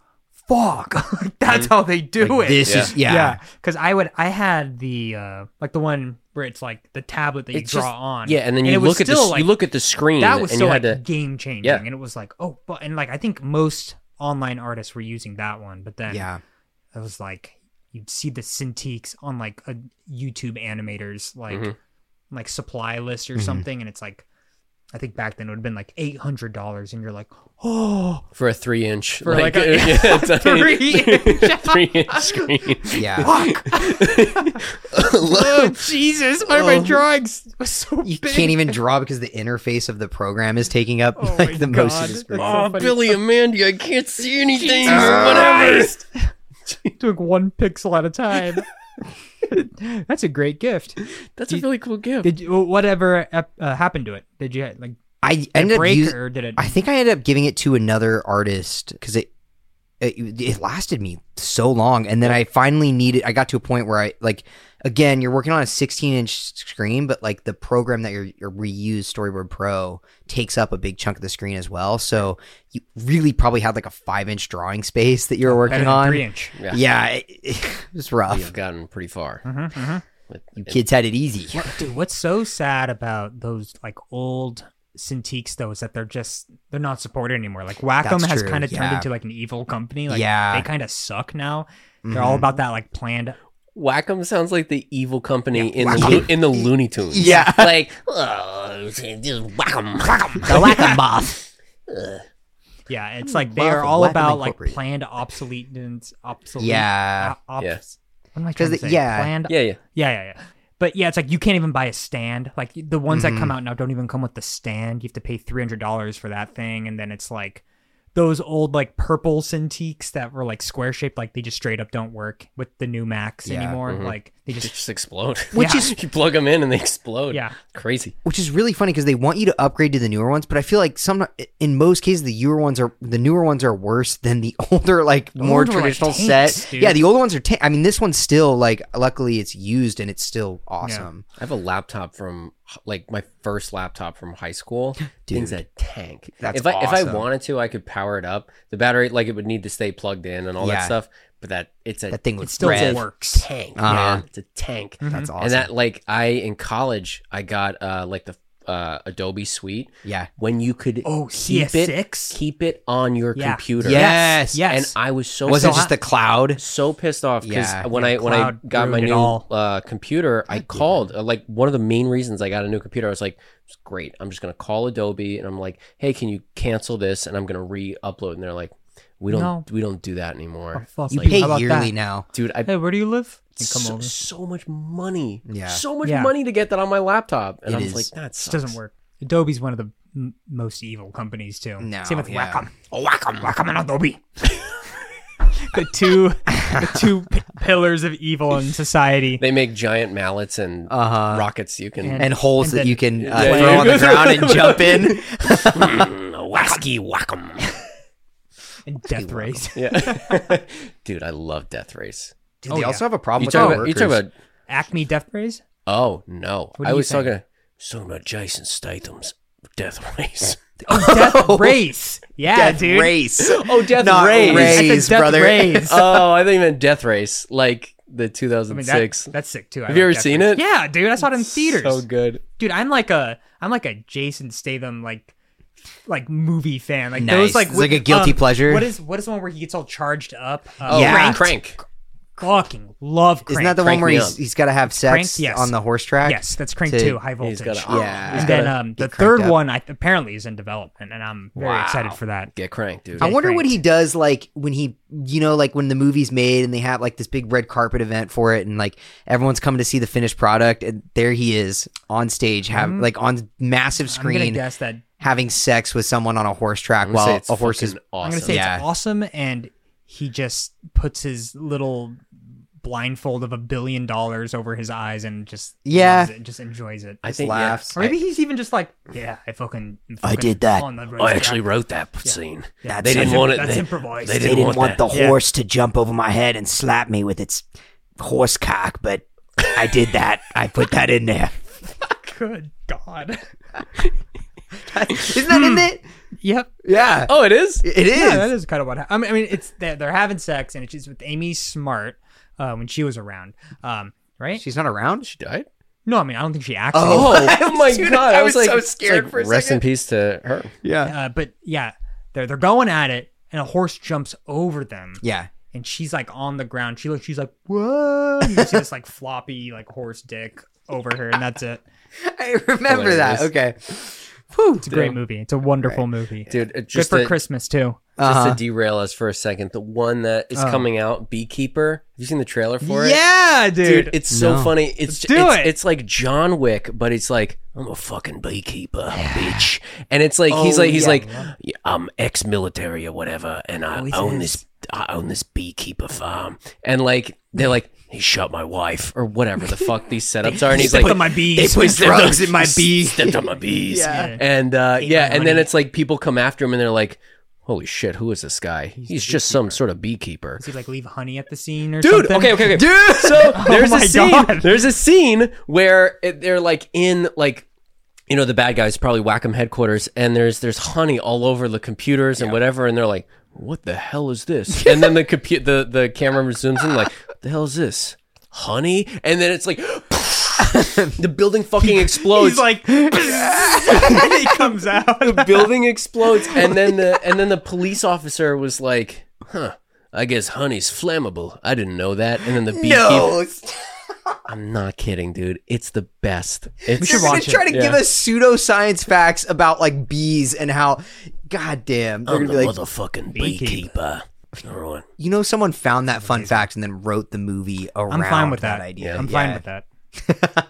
[SPEAKER 5] fuck! That's how they do
[SPEAKER 6] Like,
[SPEAKER 5] it."
[SPEAKER 6] this is yeah.
[SPEAKER 5] yeah, because I would I had the uh like the one where it's like the tablet that you
[SPEAKER 1] It's
[SPEAKER 5] draw
[SPEAKER 1] just-
[SPEAKER 5] on.
[SPEAKER 1] Yeah, and then you
[SPEAKER 5] it was
[SPEAKER 1] look at the
[SPEAKER 5] still,
[SPEAKER 1] s-
[SPEAKER 5] like,
[SPEAKER 1] you look at the screen,
[SPEAKER 5] that was
[SPEAKER 1] and
[SPEAKER 5] so
[SPEAKER 1] you had
[SPEAKER 5] like
[SPEAKER 1] to
[SPEAKER 5] game changing,
[SPEAKER 1] Yeah.
[SPEAKER 5] and it was like oh, but and like I think most online artists were using that one, but then
[SPEAKER 6] Yeah.
[SPEAKER 5] it was like you'd see the Cintiqs on like a YouTube animators like
[SPEAKER 1] Mhm.
[SPEAKER 6] Mm-hmm.
[SPEAKER 5] like supply list or something, and it's like I think back then it would have been like eight hundred dollars, and you're like oh
[SPEAKER 1] for a three inch
[SPEAKER 5] For like a-
[SPEAKER 1] yeah, it's
[SPEAKER 5] Three-inch.
[SPEAKER 1] three inch screen.
[SPEAKER 6] Yeah.
[SPEAKER 5] oh Jesus, my my drawings was so
[SPEAKER 6] Oh. you
[SPEAKER 5] big.
[SPEAKER 6] can't even draw because the interface of the program is taking up
[SPEAKER 5] Oh my
[SPEAKER 6] like the most of
[SPEAKER 5] God.
[SPEAKER 6] the screen.
[SPEAKER 1] Oh, Billy and Mandy, I can't see anything.
[SPEAKER 5] Doing one pixel at a time. That's a great gift.
[SPEAKER 1] That's a really cool gift.
[SPEAKER 5] Did you, whatever ep- uh, happened to it? Did you like
[SPEAKER 6] I ended up
[SPEAKER 5] break
[SPEAKER 6] using
[SPEAKER 5] or did it?
[SPEAKER 6] I think I ended up giving it to another artist because it, it it lasted me so long, and then I finally needed. I got to a point where I like again, you're working on a 16 inch screen, but like the program that you're, you're reuse Storyboard Pro takes up a big chunk of the screen as well. So you really probably had like a five inch drawing space that you were
[SPEAKER 5] Better
[SPEAKER 6] working
[SPEAKER 5] than
[SPEAKER 6] on.
[SPEAKER 5] three inch.
[SPEAKER 1] Yeah.
[SPEAKER 6] Yeah, it, it was rough.
[SPEAKER 1] You've gotten pretty far.
[SPEAKER 6] You kids had it easy.
[SPEAKER 5] What- dude, what's so sad about those like old Cintiqs though is that they're just they're not supported anymore. Like Wacom
[SPEAKER 6] That's
[SPEAKER 5] has
[SPEAKER 6] true,
[SPEAKER 5] kind of turned
[SPEAKER 6] yeah.
[SPEAKER 5] into like an evil company. Like
[SPEAKER 6] Yeah. Mm-hmm.
[SPEAKER 5] they kind of suck now. They're all about that like planned.
[SPEAKER 1] Wacom sounds like the evil company in the Lo- in the Looney Tunes.
[SPEAKER 6] Yeah.
[SPEAKER 1] like
[SPEAKER 2] Oh, just whack 'em.
[SPEAKER 6] The whack a moth.
[SPEAKER 5] Yeah, it's like they
[SPEAKER 6] Wacom-
[SPEAKER 5] are all
[SPEAKER 6] Hmm, Wacom
[SPEAKER 5] about like
[SPEAKER 6] Incorporated.
[SPEAKER 5] planned obsolescence. Obsolete.
[SPEAKER 6] Yeah.
[SPEAKER 5] o- ops-
[SPEAKER 1] Yeah.
[SPEAKER 5] What am I
[SPEAKER 6] Because
[SPEAKER 5] trying to
[SPEAKER 6] the-
[SPEAKER 5] say?
[SPEAKER 6] yeah.
[SPEAKER 5] Planned
[SPEAKER 1] yeah, yeah.
[SPEAKER 5] Yeah, yeah, yeah. But yeah, it's like you can't even buy a stand. Like the
[SPEAKER 1] Mm-hmm.
[SPEAKER 5] ones that come out now don't even come with the stand. You have to pay three hundred dollars for that thing, and then it's like those old like purple Cintiqs that were like square shaped, like they just straight up don't work with the new Macs anymore.
[SPEAKER 1] mm-hmm.
[SPEAKER 5] Like they
[SPEAKER 1] They
[SPEAKER 5] just
[SPEAKER 1] just explode. Which
[SPEAKER 5] Which Yeah.
[SPEAKER 1] is you plug them in and they explode.
[SPEAKER 5] Yeah.
[SPEAKER 1] crazy.
[SPEAKER 6] which is really funny because they want you to upgrade to the newer ones, but I feel like some in most cases the newer ones are the newer ones are worse than the older like more
[SPEAKER 5] older are like
[SPEAKER 6] traditional
[SPEAKER 5] tanks,
[SPEAKER 6] set.
[SPEAKER 5] dude.
[SPEAKER 6] Yeah, the older ones are. Ta- I mean, this one's still like luckily it's used and it's still awesome.
[SPEAKER 1] I have a laptop from like my first laptop from high school. Thing's a tank.
[SPEAKER 6] That's
[SPEAKER 1] if I if I
[SPEAKER 6] awesome.
[SPEAKER 1] wanted to, I could power it up. The battery, like it would need to stay plugged in and all
[SPEAKER 6] Yeah.
[SPEAKER 1] that stuff. But that it's a
[SPEAKER 6] That thing would
[SPEAKER 5] it still
[SPEAKER 6] rev.
[SPEAKER 5] works.
[SPEAKER 1] tank.
[SPEAKER 6] Uh-huh.
[SPEAKER 1] man. It's a tank.
[SPEAKER 5] Mm-hmm.
[SPEAKER 6] That's awesome.
[SPEAKER 1] And that like I in college, I got uh like the uh, Adobe Suite
[SPEAKER 6] yeah.
[SPEAKER 1] when you could
[SPEAKER 5] Oh,
[SPEAKER 1] keep it
[SPEAKER 5] CS6?
[SPEAKER 1] keep it on your
[SPEAKER 5] Yeah.
[SPEAKER 1] computer.
[SPEAKER 6] Yes.
[SPEAKER 5] Yes.
[SPEAKER 1] And I was so
[SPEAKER 6] Was
[SPEAKER 1] so
[SPEAKER 6] it just the cloud?
[SPEAKER 1] so pissed off because
[SPEAKER 6] Yeah,
[SPEAKER 1] when
[SPEAKER 5] yeah,
[SPEAKER 1] I when I
[SPEAKER 5] cloud
[SPEAKER 1] got my
[SPEAKER 5] ruined it
[SPEAKER 1] new
[SPEAKER 5] all.
[SPEAKER 1] uh, computer, I called. Uh, like one of the main reasons I got a new computer, I was like, "It's great. I'm just gonna call Adobe and I'm like, hey, can you cancel this? And I'm gonna re-upload. And they're like, we don't
[SPEAKER 5] No.
[SPEAKER 1] we don't do that anymore.
[SPEAKER 5] Oh, fuck.
[SPEAKER 1] It's
[SPEAKER 5] You
[SPEAKER 1] like,
[SPEAKER 6] Pay
[SPEAKER 5] How about
[SPEAKER 6] yearly
[SPEAKER 5] that?
[SPEAKER 6] now.
[SPEAKER 1] dude, I
[SPEAKER 5] Hey, where do you live? And come
[SPEAKER 1] so,
[SPEAKER 5] over.
[SPEAKER 1] so much money.
[SPEAKER 6] Yeah.
[SPEAKER 1] So much
[SPEAKER 5] Yeah.
[SPEAKER 1] money to get that on my laptop. And
[SPEAKER 6] It
[SPEAKER 1] I was
[SPEAKER 6] is.
[SPEAKER 1] like, that
[SPEAKER 5] This
[SPEAKER 1] sucks.
[SPEAKER 5] doesn't work. Adobe's one of the m- most evil companies too.
[SPEAKER 6] No,
[SPEAKER 5] Same with
[SPEAKER 6] yeah.
[SPEAKER 5] Wacom. Oh, Wacom, Wacom, and Adobe. the two, the two p- pillars of evil in society.
[SPEAKER 1] They make giant mallets and
[SPEAKER 6] Uh-huh.
[SPEAKER 1] rockets you can
[SPEAKER 6] And holes
[SPEAKER 5] And
[SPEAKER 6] that
[SPEAKER 5] then-
[SPEAKER 6] you can uh,
[SPEAKER 1] Yeah,
[SPEAKER 6] throw
[SPEAKER 1] yeah.
[SPEAKER 6] on the ground and jump in.
[SPEAKER 1] Wasky wackum.
[SPEAKER 5] and death race.
[SPEAKER 1] Yeah. Dude, I love Death Race.
[SPEAKER 6] Dude,
[SPEAKER 5] Oh,
[SPEAKER 6] they
[SPEAKER 5] yeah.
[SPEAKER 6] also have a problem
[SPEAKER 1] You
[SPEAKER 6] with
[SPEAKER 1] talk,
[SPEAKER 6] the
[SPEAKER 1] about, you talk
[SPEAKER 6] workers.
[SPEAKER 1] about
[SPEAKER 5] Acme death race.
[SPEAKER 1] Oh no!
[SPEAKER 5] What do
[SPEAKER 1] I
[SPEAKER 5] you
[SPEAKER 1] was
[SPEAKER 5] think?
[SPEAKER 1] talking talking about Jason Statham's Death Race.
[SPEAKER 5] Death race. Yeah,
[SPEAKER 6] Death
[SPEAKER 5] dude.
[SPEAKER 6] race.
[SPEAKER 1] oh, Death
[SPEAKER 6] Not race,
[SPEAKER 5] I said death
[SPEAKER 6] brother.
[SPEAKER 5] race.
[SPEAKER 1] oh, I think you meant Death Race, like the
[SPEAKER 5] I mean,
[SPEAKER 1] 2006.
[SPEAKER 5] that, that's sick too. I
[SPEAKER 1] Have you
[SPEAKER 5] like
[SPEAKER 1] ever
[SPEAKER 5] Death
[SPEAKER 1] seen
[SPEAKER 5] Race.
[SPEAKER 1] it?
[SPEAKER 5] Yeah, dude. I saw it in theaters.
[SPEAKER 1] So good.
[SPEAKER 5] dude i'm like a i'm like a jason statham like like movie fan like
[SPEAKER 6] Nice.
[SPEAKER 5] those like um,
[SPEAKER 6] It's like a guilty pleasure.
[SPEAKER 5] what is what is the one where he gets all charged up uh,
[SPEAKER 1] Oh,
[SPEAKER 6] Yeah.
[SPEAKER 1] Crank. Crank.
[SPEAKER 5] fucking love crank
[SPEAKER 6] Isn't that the
[SPEAKER 1] Crank
[SPEAKER 6] one where
[SPEAKER 1] me
[SPEAKER 6] he's,
[SPEAKER 1] up.
[SPEAKER 6] he's got to have sex
[SPEAKER 5] Cranked, yes.
[SPEAKER 6] on the horse track?
[SPEAKER 5] yes that's crank
[SPEAKER 6] to-
[SPEAKER 5] two high voltage
[SPEAKER 1] He's got to
[SPEAKER 6] Yeah.
[SPEAKER 5] and
[SPEAKER 1] gotta
[SPEAKER 5] then um the
[SPEAKER 6] get cranked
[SPEAKER 5] third
[SPEAKER 6] up.
[SPEAKER 5] one I, apparently is in development and i'm very
[SPEAKER 1] Wow.
[SPEAKER 5] excited for that
[SPEAKER 1] get cranked, dude.
[SPEAKER 6] I wonder
[SPEAKER 5] Cranked.
[SPEAKER 6] what he does like when he, you know, like when the movie's made and they have like this big red carpet event for it and like everyone's coming to see the finished product and there he is on stage, have like on massive
[SPEAKER 5] Mm-hmm. i'm gonna
[SPEAKER 6] screen
[SPEAKER 5] guess that
[SPEAKER 6] having sex with someone on a horse track
[SPEAKER 1] I'm gonna say
[SPEAKER 6] while
[SPEAKER 1] it's
[SPEAKER 6] a horse is
[SPEAKER 1] fucking
[SPEAKER 5] i'm
[SPEAKER 1] awesome.
[SPEAKER 5] gonna say
[SPEAKER 6] Yeah.
[SPEAKER 5] it's awesome and he just puts his little blindfold of a billion dollars over his eyes and just
[SPEAKER 6] Yeah.
[SPEAKER 5] loves it, just enjoys it
[SPEAKER 1] I think
[SPEAKER 6] laughs.
[SPEAKER 5] Or maybe he's even just like, yeah, I fucking, fucking
[SPEAKER 6] did that.
[SPEAKER 5] on the
[SPEAKER 1] Yeah, I
[SPEAKER 5] racetrack."
[SPEAKER 1] actually wrote that scene.
[SPEAKER 5] Yeah,
[SPEAKER 1] They
[SPEAKER 5] that's
[SPEAKER 1] didn't
[SPEAKER 5] im-
[SPEAKER 1] want it.
[SPEAKER 5] That's
[SPEAKER 1] They,
[SPEAKER 5] improvised.
[SPEAKER 1] they didn't want, that.
[SPEAKER 5] Yeah.
[SPEAKER 6] horse to jump over my head and slap me with its horse cock, but I did that. I put that in there.
[SPEAKER 5] Good God.
[SPEAKER 6] Isn't that in it?
[SPEAKER 5] yep.
[SPEAKER 6] Yeah.
[SPEAKER 1] Oh, it is.
[SPEAKER 6] It is.
[SPEAKER 5] Hmm. Yeah, that is kind of what. hap- I mean, I mean, it's they're, they're having sex, and it's just with Amy Smart uh, when she was around, um, right?
[SPEAKER 6] She's not around?
[SPEAKER 1] She died.
[SPEAKER 5] no, I mean, I don't think she acts.
[SPEAKER 1] Oh, my god!
[SPEAKER 6] I
[SPEAKER 1] I
[SPEAKER 6] was
[SPEAKER 1] was, like,
[SPEAKER 6] so
[SPEAKER 1] it's
[SPEAKER 6] scared
[SPEAKER 1] like,
[SPEAKER 6] for a
[SPEAKER 1] Rest
[SPEAKER 6] second.
[SPEAKER 1] in peace to her.
[SPEAKER 6] Yeah.
[SPEAKER 5] Uh, but yeah, they're they're going at it, and a horse jumps over them.
[SPEAKER 6] Yeah.
[SPEAKER 5] and she's like on the ground. She looks, she's like, whoa! And you see this like floppy like horse dick over her, and that's it.
[SPEAKER 6] I remember
[SPEAKER 1] Hilarious.
[SPEAKER 6] that. Okay.
[SPEAKER 5] It's a great movie. It's a wonderful movie.
[SPEAKER 1] Dude, it
[SPEAKER 5] Good
[SPEAKER 1] just
[SPEAKER 5] for
[SPEAKER 1] a-
[SPEAKER 5] Christmas too.
[SPEAKER 1] just
[SPEAKER 6] Uh-huh.
[SPEAKER 1] to derail us for a second, the one that is coming out, Beekeeper. Have you seen the trailer for it?
[SPEAKER 5] Yeah,
[SPEAKER 1] Dude, it's so
[SPEAKER 6] No.
[SPEAKER 1] funny. It's
[SPEAKER 5] do
[SPEAKER 1] it's,
[SPEAKER 5] it.
[SPEAKER 1] it's like John Wick, but it's like I'm a fucking beekeeper, bitch. And it's like he's like he's like "Yeah, I'm ex-military or whatever, and I own this I own this beekeeper farm. And like they're like he shot my wife or whatever the fuck these setups are. And he's like
[SPEAKER 5] Put my bees.
[SPEAKER 1] put
[SPEAKER 6] drugs in my bee."
[SPEAKER 1] Stepped on my bees.
[SPEAKER 5] Yeah.
[SPEAKER 1] And uh, yeah,
[SPEAKER 5] my
[SPEAKER 1] and then
[SPEAKER 5] money.
[SPEAKER 1] it's like people come after him and they're like, "Holy shit, who is this guy? He's, just some sort of beekeeper."
[SPEAKER 5] Does he like leave honey at the scene or
[SPEAKER 1] Dude,
[SPEAKER 5] something? Oh
[SPEAKER 1] okay, okay, okay. Dude, so there's
[SPEAKER 5] my
[SPEAKER 1] a scene.
[SPEAKER 5] God.
[SPEAKER 1] There's a scene where it, they're like in like you know the bad guys probably Wacom headquarters, and there's there's honey all over the computers and whatever, and they're like, "What the hell is this?" and then the compu- the the camera zooms in like, "What the hell is this?" Honey, and then it's like. the building fucking explodes.
[SPEAKER 5] He's like, and he comes out.
[SPEAKER 1] the building explodes and then the and then the police officer was like huh i guess honey's flammable i didn't know that and then the beekeeper i'm not kidding dude it's the best it's
[SPEAKER 5] should
[SPEAKER 6] They're gonna
[SPEAKER 5] watch it.
[SPEAKER 6] try to
[SPEAKER 1] Yeah.
[SPEAKER 6] give us pseudoscience facts about like bees and how, god damn,
[SPEAKER 5] Oh,
[SPEAKER 6] they're
[SPEAKER 1] i'm
[SPEAKER 6] gonna
[SPEAKER 1] the
[SPEAKER 6] be like,
[SPEAKER 1] motherfucking beekeeper all right
[SPEAKER 6] you know, someone found that fun fact and then wrote the movie around
[SPEAKER 5] I'm fine with that.
[SPEAKER 6] idea.
[SPEAKER 5] I'm
[SPEAKER 6] Yeah.
[SPEAKER 5] fine with that.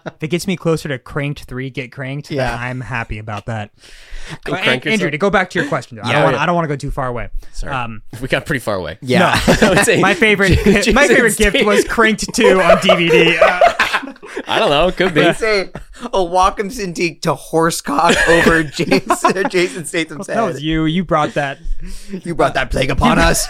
[SPEAKER 5] if it gets me closer to cranked three, get cranked. Yeah,
[SPEAKER 6] Yeah.
[SPEAKER 5] I'm happy about that.
[SPEAKER 1] Go
[SPEAKER 5] An-
[SPEAKER 1] crank
[SPEAKER 5] Andrew,
[SPEAKER 1] yourself.
[SPEAKER 5] to go back to your question, though, I
[SPEAKER 1] Yeah.
[SPEAKER 5] don't want I don't want to go too far away. Sorry. Um,
[SPEAKER 1] We got pretty far away.
[SPEAKER 6] Yeah.
[SPEAKER 1] I would say-
[SPEAKER 5] my favorite my favorite gift was cranked two on DVD. Uh,
[SPEAKER 1] I don't know. Could be.
[SPEAKER 6] Say a Wacom Cintiq to horsecock over Jason, Jason Statham's head.
[SPEAKER 5] that was you. You brought that.
[SPEAKER 6] You brought that plague upon us.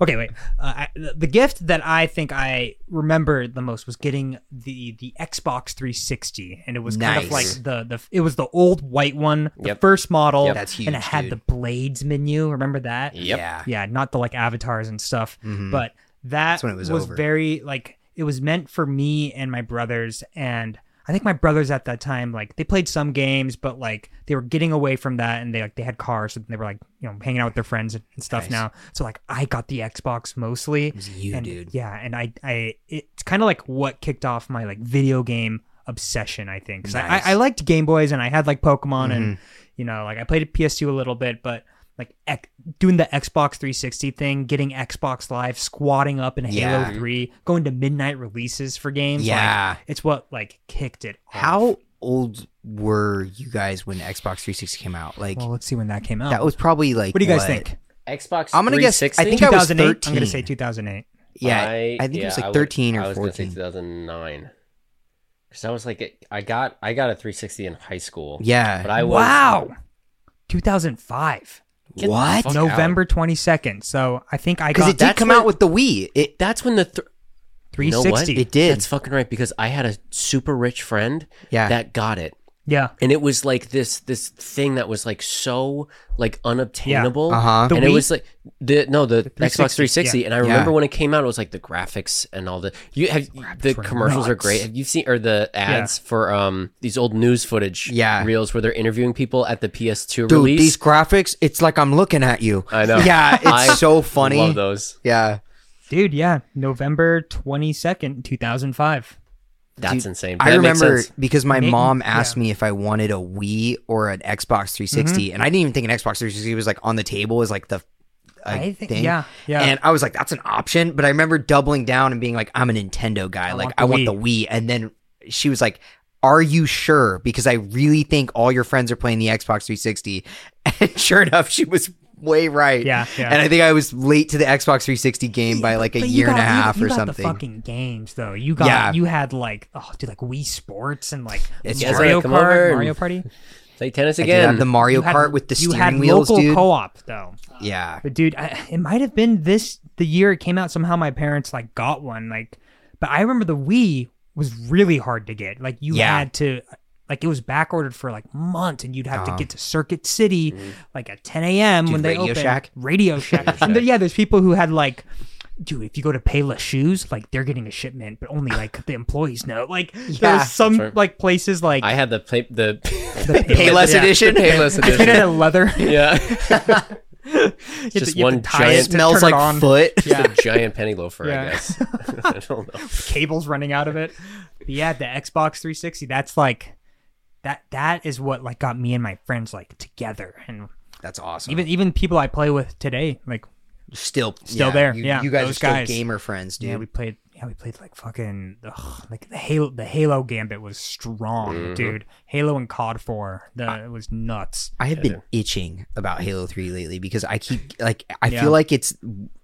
[SPEAKER 5] Okay, wait. Uh, I, the the gift that I think I remember the most was getting the the Xbox 360, and it was kind of like
[SPEAKER 6] Nice.
[SPEAKER 5] the the it was the old white one, the
[SPEAKER 1] Yep.
[SPEAKER 5] first model.
[SPEAKER 1] Yep.
[SPEAKER 6] That's
[SPEAKER 5] And it
[SPEAKER 6] huge,
[SPEAKER 5] had
[SPEAKER 6] dude.
[SPEAKER 5] the blades menu. Remember that?
[SPEAKER 1] Yep.
[SPEAKER 6] Yeah. Mm-hmm.
[SPEAKER 5] Yeah, not the like avatars and stuff, but that
[SPEAKER 6] when it
[SPEAKER 5] was,
[SPEAKER 6] was over.
[SPEAKER 5] very like it was meant for me and my brothers and I think my brothers at that time like they played some games but like they were getting away from that and they like they had cars and they were like you know hanging out with their friends and and stuff now. So like I got the Xbox mostly.
[SPEAKER 6] you,
[SPEAKER 5] and,
[SPEAKER 6] dude.
[SPEAKER 5] Yeah, and I I it's kind of like what kicked off my like video game obsession I think 'Cause I-
[SPEAKER 6] Nice. Mm-hmm.
[SPEAKER 5] I, I liked Game Boys and I had like Pokemon and you know like I played PS2 a little bit but like ex- doing the Xbox 360 thing, getting Xbox Live, squatting up in
[SPEAKER 6] Yeah.
[SPEAKER 5] Halo 3, going to midnight releases for games. like,
[SPEAKER 6] Yeah.
[SPEAKER 5] it's what like kicked it. off.
[SPEAKER 6] How old were you guys when Xbox 360 came out? Like
[SPEAKER 5] Well, let's see when that came out.
[SPEAKER 6] that was probably like
[SPEAKER 5] what do you guys think?
[SPEAKER 1] Xbox.
[SPEAKER 6] I'm gonna guess- I
[SPEAKER 1] 360?
[SPEAKER 6] think I was
[SPEAKER 5] 2008. I'm gonna
[SPEAKER 6] 13.
[SPEAKER 5] say 2008.
[SPEAKER 6] Yeah, I, think it was
[SPEAKER 1] yeah, would-
[SPEAKER 6] like 13
[SPEAKER 1] I
[SPEAKER 6] or
[SPEAKER 1] was gonna say
[SPEAKER 6] 14.
[SPEAKER 1] 2009. Because I was like, I got I got a 360 in high school.
[SPEAKER 6] Yeah.
[SPEAKER 1] But I was
[SPEAKER 5] wow, 2005,
[SPEAKER 1] What? Fuck
[SPEAKER 5] November 22nd. So I think I
[SPEAKER 6] Because
[SPEAKER 5] got
[SPEAKER 6] it did
[SPEAKER 1] that's
[SPEAKER 6] come
[SPEAKER 1] when-
[SPEAKER 6] out with the Wii. It
[SPEAKER 1] That's when the th- you know what?
[SPEAKER 5] 360.
[SPEAKER 6] it did.
[SPEAKER 1] That's fucking right because I had a super rich friend
[SPEAKER 6] Yeah.
[SPEAKER 1] that got it.
[SPEAKER 5] yeah,
[SPEAKER 1] And it was like this this thing that was like so like unobtainable.
[SPEAKER 6] Uh-huh.
[SPEAKER 5] The
[SPEAKER 1] And it
[SPEAKER 5] Wii?
[SPEAKER 1] was like the no the, Xbox 360.
[SPEAKER 5] yeah.
[SPEAKER 1] And I remember when it came out, it was like the graphics and all the you have the commercials are great. Have you seen or the ads for um these old news footage
[SPEAKER 6] Yeah.
[SPEAKER 1] reels where they're interviewing people at the PS2
[SPEAKER 6] dude,
[SPEAKER 1] release?
[SPEAKER 6] these graphics, it's like I'm looking at you.
[SPEAKER 1] I know.
[SPEAKER 6] Yeah, it's
[SPEAKER 1] I
[SPEAKER 6] so funny.
[SPEAKER 1] Love those.
[SPEAKER 6] Yeah.
[SPEAKER 5] dude, yeah, November 22nd, 2005.
[SPEAKER 1] That's
[SPEAKER 6] Dude,
[SPEAKER 1] insane.
[SPEAKER 6] I
[SPEAKER 1] That makes
[SPEAKER 6] remember
[SPEAKER 1] sense.
[SPEAKER 6] because my
[SPEAKER 5] Make-
[SPEAKER 6] mom asked
[SPEAKER 5] yeah.
[SPEAKER 6] me if I wanted a Wii or an Xbox 360,
[SPEAKER 5] Mm-hmm.
[SPEAKER 6] and I didn't even think an Xbox 360 was like on the table was like the uh,
[SPEAKER 5] I think-
[SPEAKER 6] thing.
[SPEAKER 5] yeah, yeah.
[SPEAKER 6] And I was like, that's an option, but I remember doubling down and being like, I'm a Nintendo guy, like
[SPEAKER 5] want the
[SPEAKER 6] I want
[SPEAKER 5] Wii.
[SPEAKER 6] the Wii, and then she was like. Are you sure? Because I really think all your friends are playing the Xbox 360. And sure enough, she was way right.
[SPEAKER 5] Yeah, yeah.
[SPEAKER 6] And I think I was late to the Xbox 360 game by like a
[SPEAKER 5] But you
[SPEAKER 6] year and
[SPEAKER 5] got-
[SPEAKER 6] a
[SPEAKER 5] you-
[SPEAKER 6] half
[SPEAKER 5] you
[SPEAKER 6] or
[SPEAKER 5] got
[SPEAKER 6] something.
[SPEAKER 5] The fucking games though. You got
[SPEAKER 6] Yeah.
[SPEAKER 5] you had like oh dude like Wii Sports and like
[SPEAKER 6] It's
[SPEAKER 1] just
[SPEAKER 5] Mario
[SPEAKER 1] like, come over
[SPEAKER 5] Kart,
[SPEAKER 1] and-
[SPEAKER 5] Mario Party.
[SPEAKER 1] Play tennis
[SPEAKER 6] I did have
[SPEAKER 1] again.
[SPEAKER 6] the Mario
[SPEAKER 5] You had-
[SPEAKER 6] Kart with the
[SPEAKER 5] you had
[SPEAKER 6] steering wheels,
[SPEAKER 5] local
[SPEAKER 6] dude.
[SPEAKER 5] co-op though.
[SPEAKER 6] yeah.
[SPEAKER 5] But dude, I, it might have been this the year it came out. Somehow my parents like got one. Like, but I remember the Wii was really hard to get. Like you
[SPEAKER 6] Yeah.
[SPEAKER 5] had to. Like it was back ordered for like months, and you'd have to get to Circuit City like at 10 a.m. when they
[SPEAKER 6] Radio
[SPEAKER 5] opened.
[SPEAKER 6] Shack?
[SPEAKER 5] Radio Shack. And there- yeah, there's people who had like, dude, if you go to Payless Shoes, like they're getting a shipment, but only like the employees know. Like
[SPEAKER 6] Yeah.
[SPEAKER 5] there's some
[SPEAKER 1] right.
[SPEAKER 5] like places like
[SPEAKER 1] I had the play, the
[SPEAKER 6] Payless edition.
[SPEAKER 1] Payless
[SPEAKER 5] if you had
[SPEAKER 1] edition.
[SPEAKER 5] a leather, you
[SPEAKER 1] yeah,
[SPEAKER 5] have
[SPEAKER 1] Just
[SPEAKER 5] to- you have to
[SPEAKER 1] one
[SPEAKER 5] tie it
[SPEAKER 1] giant-
[SPEAKER 5] to
[SPEAKER 6] smells
[SPEAKER 5] turn it
[SPEAKER 6] like
[SPEAKER 5] on.
[SPEAKER 6] foot.
[SPEAKER 1] just a giant penny loafer. I
[SPEAKER 5] Yeah.
[SPEAKER 1] guess. I don't know.
[SPEAKER 5] cables running out of it. But yeah, the Xbox 360. That's like that. That is what like got me and my friends like together, and
[SPEAKER 6] That's awesome.
[SPEAKER 5] even even people I play with today. Like
[SPEAKER 6] still,
[SPEAKER 5] still there,
[SPEAKER 6] You,
[SPEAKER 5] yeah,
[SPEAKER 6] you guys are
[SPEAKER 5] those
[SPEAKER 6] still
[SPEAKER 5] guys.
[SPEAKER 6] gamer friends, dude.
[SPEAKER 5] yeah, we played. Yeah, we played like fucking ugh, like the Halo. The Halo Gambit was strong, dude. Halo and COD Four. The, it was nuts.
[SPEAKER 6] I have been itching about Halo Three lately because I keep like I
[SPEAKER 5] Yeah.
[SPEAKER 6] feel like it's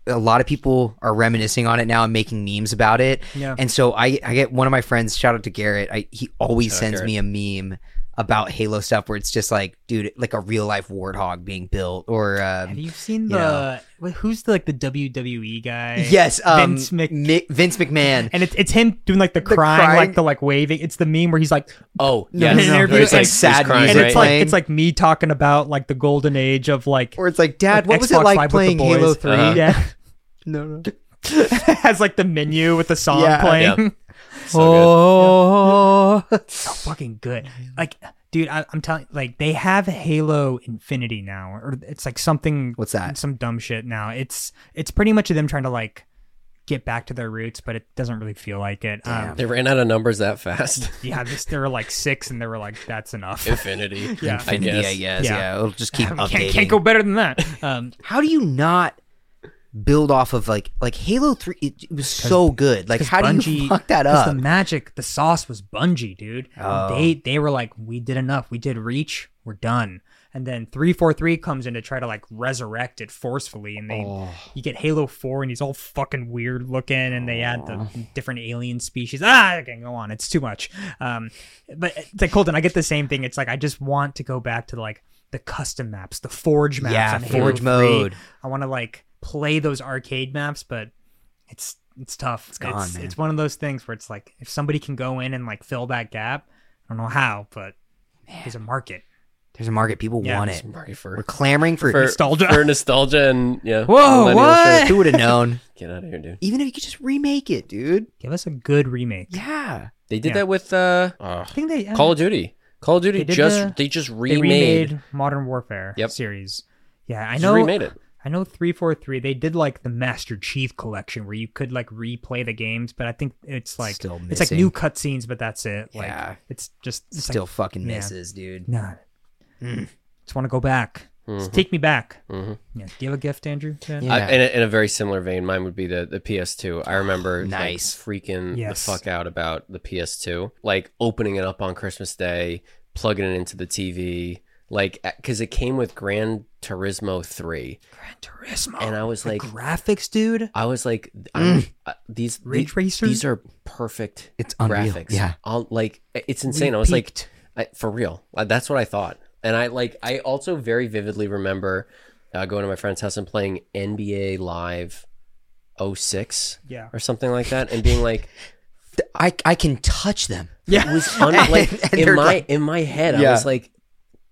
[SPEAKER 6] a lot of people are reminiscing on it now and making memes about it.
[SPEAKER 5] Yeah.
[SPEAKER 6] And so I I get one of my friends shout out to Garrett. I he always sends me a meme about Halo stuff where it's just like dude like a real life warthog being built or
[SPEAKER 5] Have
[SPEAKER 6] um,
[SPEAKER 5] you seen
[SPEAKER 6] you
[SPEAKER 5] the wait, who's the like the WWE guy?
[SPEAKER 6] yes um,
[SPEAKER 5] Vince Mc-
[SPEAKER 6] Mi- Vince McMahon.
[SPEAKER 5] And it's it's him doing like the, crying,
[SPEAKER 6] crying.
[SPEAKER 5] like the like waving. It's the meme where he's like,
[SPEAKER 1] Oh,
[SPEAKER 5] No,
[SPEAKER 1] yeah.
[SPEAKER 5] no, no, no. It's like
[SPEAKER 6] sad
[SPEAKER 1] crying,
[SPEAKER 6] music
[SPEAKER 5] and
[SPEAKER 1] right?
[SPEAKER 5] it's like
[SPEAKER 6] playing.
[SPEAKER 5] it's like me talking about like the golden age of like
[SPEAKER 6] or it's like dad what was it
[SPEAKER 5] Xbox Live
[SPEAKER 6] like
[SPEAKER 5] with the
[SPEAKER 6] playing
[SPEAKER 5] boys.
[SPEAKER 6] Halo 3?
[SPEAKER 1] Uh-huh.
[SPEAKER 5] yeah
[SPEAKER 6] No no.
[SPEAKER 5] has like the menu with the song
[SPEAKER 6] Yeah.
[SPEAKER 5] playing
[SPEAKER 1] Yeah.
[SPEAKER 6] Oh,
[SPEAKER 5] so fucking good like dude I, i'm telling like they have halo infinity now or it's like something
[SPEAKER 6] What's that?
[SPEAKER 5] some dumb shit now it's it's pretty much them trying to like get back to their roots but it doesn't really feel like it um
[SPEAKER 1] They ran out of numbers that fast.
[SPEAKER 5] yeah this, there were like six and they were like that's enough
[SPEAKER 1] Infinity.
[SPEAKER 5] Yeah.
[SPEAKER 1] I guess.
[SPEAKER 6] I guess.
[SPEAKER 5] Yeah.
[SPEAKER 6] Yeah. it'll just keep updating.
[SPEAKER 5] can't, can't go better than that um
[SPEAKER 6] How do you not build off of like like Halo Three. It, it was so good. Like,
[SPEAKER 5] 'Cause
[SPEAKER 6] how do
[SPEAKER 5] Bungie-
[SPEAKER 6] you fuck that
[SPEAKER 5] 'cause
[SPEAKER 6] up? Oh.
[SPEAKER 5] The magic, the sauce was Bungie, dude. And They they were like, we did enough. We did Reach. We're done. And then three four three comes in to try to like resurrect it forcefully, and they
[SPEAKER 6] Oh.
[SPEAKER 5] you get Halo Four, and he's all fucking weird looking, and they add
[SPEAKER 6] Oh.
[SPEAKER 5] the different alien species. Ah, okay, go on, it's too much. Um, but it's like Colton, I get the same thing. It's like I just want to go back to like the custom maps, the Forge maps,
[SPEAKER 6] Yeah,
[SPEAKER 5] on Halo
[SPEAKER 6] Forge
[SPEAKER 5] 3.
[SPEAKER 6] mode.
[SPEAKER 5] I want to like play those arcade maps, but it's it's tough. It's
[SPEAKER 6] gone,
[SPEAKER 5] it's,
[SPEAKER 6] man.
[SPEAKER 5] one of those things where it's like if somebody can go in and like fill that gap, I don't know how, but there's a market.
[SPEAKER 6] There's a market. People
[SPEAKER 5] Yeah,
[SPEAKER 6] want
[SPEAKER 5] there's
[SPEAKER 6] it.
[SPEAKER 1] Marty
[SPEAKER 6] We're
[SPEAKER 1] for,
[SPEAKER 6] clamoring for.
[SPEAKER 1] for
[SPEAKER 5] nostalgia.
[SPEAKER 1] for nostalgia and yeah.
[SPEAKER 5] Whoa,
[SPEAKER 1] millennial
[SPEAKER 5] what?
[SPEAKER 1] shit.
[SPEAKER 6] who would have known?
[SPEAKER 1] Get out of here, dude.
[SPEAKER 6] Even if you could just remake it, dude.
[SPEAKER 5] Give us a good remake.
[SPEAKER 6] Yeah.
[SPEAKER 1] They did
[SPEAKER 5] Yeah.
[SPEAKER 1] that with uh, uh,
[SPEAKER 5] I think they uh,
[SPEAKER 1] Call of Duty. Call of Duty
[SPEAKER 5] They did
[SPEAKER 1] just
[SPEAKER 5] the-
[SPEAKER 1] they just
[SPEAKER 5] they
[SPEAKER 1] remade,
[SPEAKER 5] remade Modern Warfare
[SPEAKER 1] Yep.
[SPEAKER 5] series. Yeah, I
[SPEAKER 1] just
[SPEAKER 5] know.
[SPEAKER 1] remade it.
[SPEAKER 5] I know 343. They did like the Master Chief collection where you could like replay the games, but I think it's like
[SPEAKER 6] Still
[SPEAKER 5] it's like
[SPEAKER 6] missing.
[SPEAKER 5] new cutscenes, but that's it. Like
[SPEAKER 6] Yeah.
[SPEAKER 5] it's just it's
[SPEAKER 6] Still Mm.
[SPEAKER 5] like,
[SPEAKER 6] fucking
[SPEAKER 5] yeah.
[SPEAKER 6] misses, dude.
[SPEAKER 5] nah. Just want to go back. Just take me back.
[SPEAKER 1] Mhm.
[SPEAKER 5] Yeah. Do you have a gift, Andrew? Dan?
[SPEAKER 1] I,
[SPEAKER 6] Mm-hmm. Yeah.
[SPEAKER 1] in, a, in a very similar vein, mine would be the, the PS2. I remember like,
[SPEAKER 6] Nice.
[SPEAKER 1] freaking
[SPEAKER 5] Yes.
[SPEAKER 1] the fuck out about the PS2, like opening it up on Christmas Day, plugging it into the TV, like because it came with Gran Turismo three,
[SPEAKER 5] Gran Turismo.
[SPEAKER 1] and I was
[SPEAKER 5] The
[SPEAKER 1] like,
[SPEAKER 5] graphics, dude.
[SPEAKER 1] I was like, I'm, uh, these
[SPEAKER 5] Ray
[SPEAKER 1] the-
[SPEAKER 5] tracer?
[SPEAKER 1] these are perfect.
[SPEAKER 6] Mm. It's unreal.
[SPEAKER 1] graphics.
[SPEAKER 6] Yeah.
[SPEAKER 1] I'll, like it's insane. I was like, I, for real. Uh, That's what I thought. And I like I also very vividly remember uh, going to my friend's house and playing NBA Live 06
[SPEAKER 5] Yeah.
[SPEAKER 1] or something like that, and being like,
[SPEAKER 6] I I can touch them.
[SPEAKER 1] it was un- like
[SPEAKER 6] And- and
[SPEAKER 1] in
[SPEAKER 6] they're
[SPEAKER 1] my
[SPEAKER 6] like-
[SPEAKER 1] in my head, I
[SPEAKER 6] Yeah.
[SPEAKER 1] was like,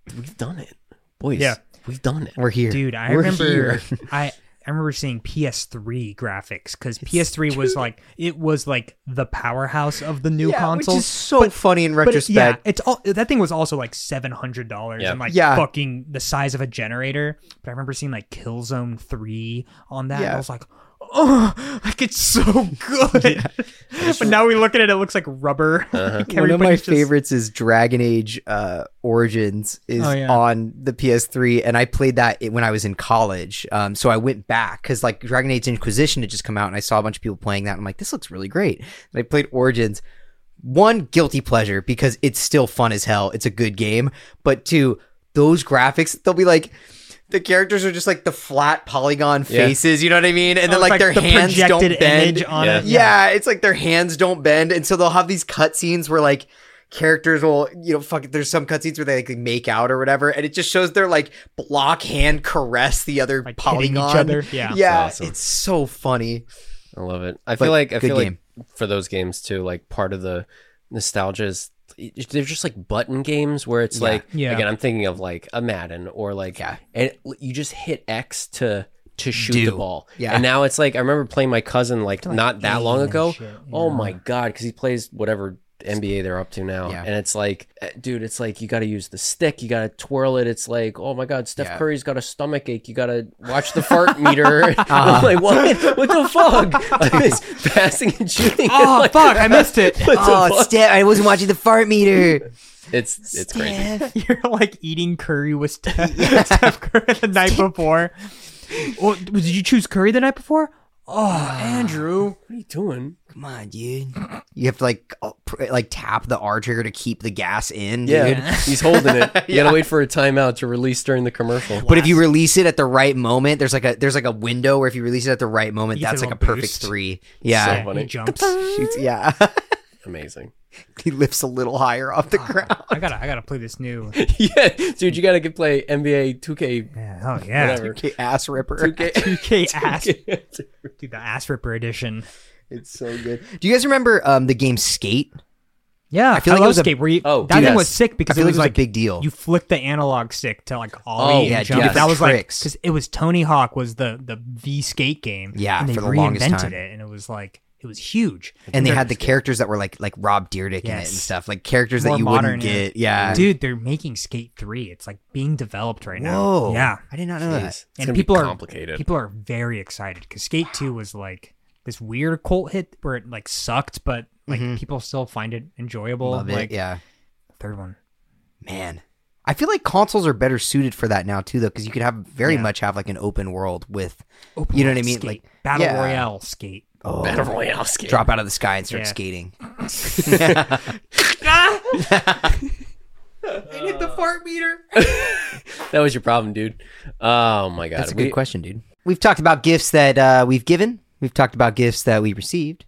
[SPEAKER 1] we've done it, boys.
[SPEAKER 5] Yeah.
[SPEAKER 1] we've done it.
[SPEAKER 6] We're here,
[SPEAKER 5] Dude, I
[SPEAKER 6] We're
[SPEAKER 5] remember
[SPEAKER 6] here.
[SPEAKER 5] I I remember seeing PS3 graphics cuz PS3 was like it was like the powerhouse of the new
[SPEAKER 6] Yeah,
[SPEAKER 5] consoles.
[SPEAKER 6] which is so funny in
[SPEAKER 5] But it- yeah,
[SPEAKER 6] retrospect.
[SPEAKER 5] it's all that thing was also like seven hundred dollars
[SPEAKER 1] Yeah.
[SPEAKER 5] and like
[SPEAKER 6] Yeah.
[SPEAKER 5] fucking the size of a generator. But I remember seeing like Killzone Three on that. And I
[SPEAKER 6] Yeah.
[SPEAKER 5] was like, oh, like it's so good. but now we look at it, it looks like rubber.
[SPEAKER 6] One
[SPEAKER 5] Like,
[SPEAKER 6] of my
[SPEAKER 5] everybody's just-
[SPEAKER 6] favorites is Dragon Age uh, Origins is
[SPEAKER 5] Oh, yeah.
[SPEAKER 6] on the PS3, and I played that it- when I was in college. Um, so I went back because like Dragon Age Inquisition had just come out, and I saw a bunch of people playing that. And I'm like, this looks really great. And I played Origins. One guilty pleasure because it's still fun as hell. It's a good game, but two, those graphics they'll be like. The characters are just like the flat polygon
[SPEAKER 1] Yeah.
[SPEAKER 6] faces, you know what I mean? And then
[SPEAKER 5] Oh,
[SPEAKER 6] like,
[SPEAKER 5] it's
[SPEAKER 6] their
[SPEAKER 5] the
[SPEAKER 6] hands don't
[SPEAKER 5] projected
[SPEAKER 6] bend.
[SPEAKER 5] image on
[SPEAKER 1] Yeah.
[SPEAKER 5] it.
[SPEAKER 6] Yeah, it's like their hands don't bend, and so they'll have these cutscenes where like characters will, you know, fuck. There's some cutscenes where they like make out or whatever, and it just shows their like block hand caress the other
[SPEAKER 5] Like hitting each
[SPEAKER 6] polygon.
[SPEAKER 5] other. Yeah.
[SPEAKER 6] yeah,
[SPEAKER 1] That's awesome.
[SPEAKER 6] it's so funny.
[SPEAKER 1] I love it. I
[SPEAKER 6] But
[SPEAKER 1] feel like I
[SPEAKER 6] good
[SPEAKER 1] feel
[SPEAKER 6] game.
[SPEAKER 1] like for those games too, like part of the nostalgia is it- they're just like button games where it's like
[SPEAKER 5] Yeah.
[SPEAKER 1] again I'm thinking of like a Madden or like
[SPEAKER 6] Yeah.
[SPEAKER 1] and it- you just hit X to to shoot the
[SPEAKER 6] Do.
[SPEAKER 1] ball.
[SPEAKER 6] Yeah.
[SPEAKER 1] And now it's like I remember playing my cousin like, not that long
[SPEAKER 5] and
[SPEAKER 1] ago.
[SPEAKER 5] shit,
[SPEAKER 1] Oh
[SPEAKER 5] yeah.
[SPEAKER 1] my god, because he plays whatever NBA they're up to now,
[SPEAKER 6] Yeah.
[SPEAKER 1] and it's like, eh, dude, it's like you got to use the stick, you got to twirl it. It's like, oh my god, Steph
[SPEAKER 6] Yeah.
[SPEAKER 1] Curry's got a stomach ache. You got to watch the fart meter.
[SPEAKER 6] Uh-huh.
[SPEAKER 1] I'm like, what? What the fuck? I miss passing and shooting.
[SPEAKER 5] Oh
[SPEAKER 1] Like,
[SPEAKER 5] fuck! I missed it.
[SPEAKER 1] what the
[SPEAKER 6] Oh,
[SPEAKER 1] fuck?
[SPEAKER 6] Steph, I wasn't watching the fart meter.
[SPEAKER 1] It's it's crazy.
[SPEAKER 5] You're like eating curry with Steph, Steph Curry the night before. Well, did you choose curry the night before? Oh, Andrew.
[SPEAKER 1] What are you doing?
[SPEAKER 6] Come on, dude. You have to like uh, pr- like tap the R trigger to keep the gas in, dude.
[SPEAKER 1] he's holding it. You gotta wait for a timeout to release during the commercial.
[SPEAKER 6] But if you release it at the right moment, there's like a there's like a window where if you release it at the right moment,
[SPEAKER 5] You get
[SPEAKER 6] that's
[SPEAKER 5] a
[SPEAKER 6] like a
[SPEAKER 5] little
[SPEAKER 6] perfect
[SPEAKER 5] boost.
[SPEAKER 6] three.
[SPEAKER 1] So
[SPEAKER 6] Yeah,
[SPEAKER 1] funny.
[SPEAKER 5] He jumps. Mm-hmm.
[SPEAKER 6] Shoots- yeah.
[SPEAKER 1] Amazing.
[SPEAKER 6] he lifts a little higher off the ground.
[SPEAKER 5] I gotta, I gotta play this new.
[SPEAKER 1] yeah, dude, you gotta get play NBA 2K
[SPEAKER 5] Yeah, oh yeah.
[SPEAKER 1] whatever.
[SPEAKER 6] Okay, ass ripper.
[SPEAKER 1] 2K.
[SPEAKER 5] 2K ass, dude, the ass ripper edition.
[SPEAKER 6] It's so good. Do you guys remember um, the game Skate?
[SPEAKER 5] Yeah, I
[SPEAKER 6] feel like it
[SPEAKER 5] love
[SPEAKER 6] was a-
[SPEAKER 5] skate. Where you,
[SPEAKER 1] Oh, dude,
[SPEAKER 5] that thing
[SPEAKER 1] yes.
[SPEAKER 5] was sick because
[SPEAKER 6] I feel
[SPEAKER 5] it
[SPEAKER 6] like it was a
[SPEAKER 5] was like
[SPEAKER 6] big deal.
[SPEAKER 5] You flicked the analog stick to like ollie
[SPEAKER 1] Oh,
[SPEAKER 5] and
[SPEAKER 1] yeah,
[SPEAKER 5] jump.
[SPEAKER 1] dude,
[SPEAKER 5] That
[SPEAKER 6] the
[SPEAKER 5] was like
[SPEAKER 6] tricks.
[SPEAKER 5] because it was Tony Hawk was the the V skate game.
[SPEAKER 6] Yeah,
[SPEAKER 5] and they
[SPEAKER 6] for the
[SPEAKER 5] reinvented
[SPEAKER 6] longest time.
[SPEAKER 5] it, and it was like it was huge.
[SPEAKER 6] And they had the characters that were like like Rob Deerdick in it and
[SPEAKER 5] Yes.
[SPEAKER 6] stuff, like characters
[SPEAKER 5] More
[SPEAKER 6] that you
[SPEAKER 5] modern,
[SPEAKER 6] wouldn't
[SPEAKER 5] yeah.
[SPEAKER 6] get. Yeah.
[SPEAKER 5] dude, they're making Skate Three. It's like being developed right
[SPEAKER 6] Whoa.
[SPEAKER 5] now. Yeah,
[SPEAKER 6] I did not know that.
[SPEAKER 5] and people are
[SPEAKER 1] complicated.
[SPEAKER 5] People are very excited because Skate Two was like this weird cult hit where it like sucked, but
[SPEAKER 6] Mm-hmm.
[SPEAKER 5] like people still find it enjoyable.
[SPEAKER 6] Love it.
[SPEAKER 5] like
[SPEAKER 6] Yeah.
[SPEAKER 5] third one,
[SPEAKER 6] Man. I feel like consoles are better suited for that now too, though, because you could have very much have like an open world with, you know what I mean,
[SPEAKER 5] Skate.
[SPEAKER 6] like
[SPEAKER 5] Battle
[SPEAKER 6] yeah.
[SPEAKER 5] Royale skate.
[SPEAKER 6] oh,
[SPEAKER 1] Royalski.
[SPEAKER 6] drop out of the sky and start
[SPEAKER 5] Yeah.
[SPEAKER 6] skating.
[SPEAKER 1] That was your problem, dude. Oh my god.
[SPEAKER 6] That's a good question, dude. We've talked about gifts that uh, we've given. We've talked about gifts that we received,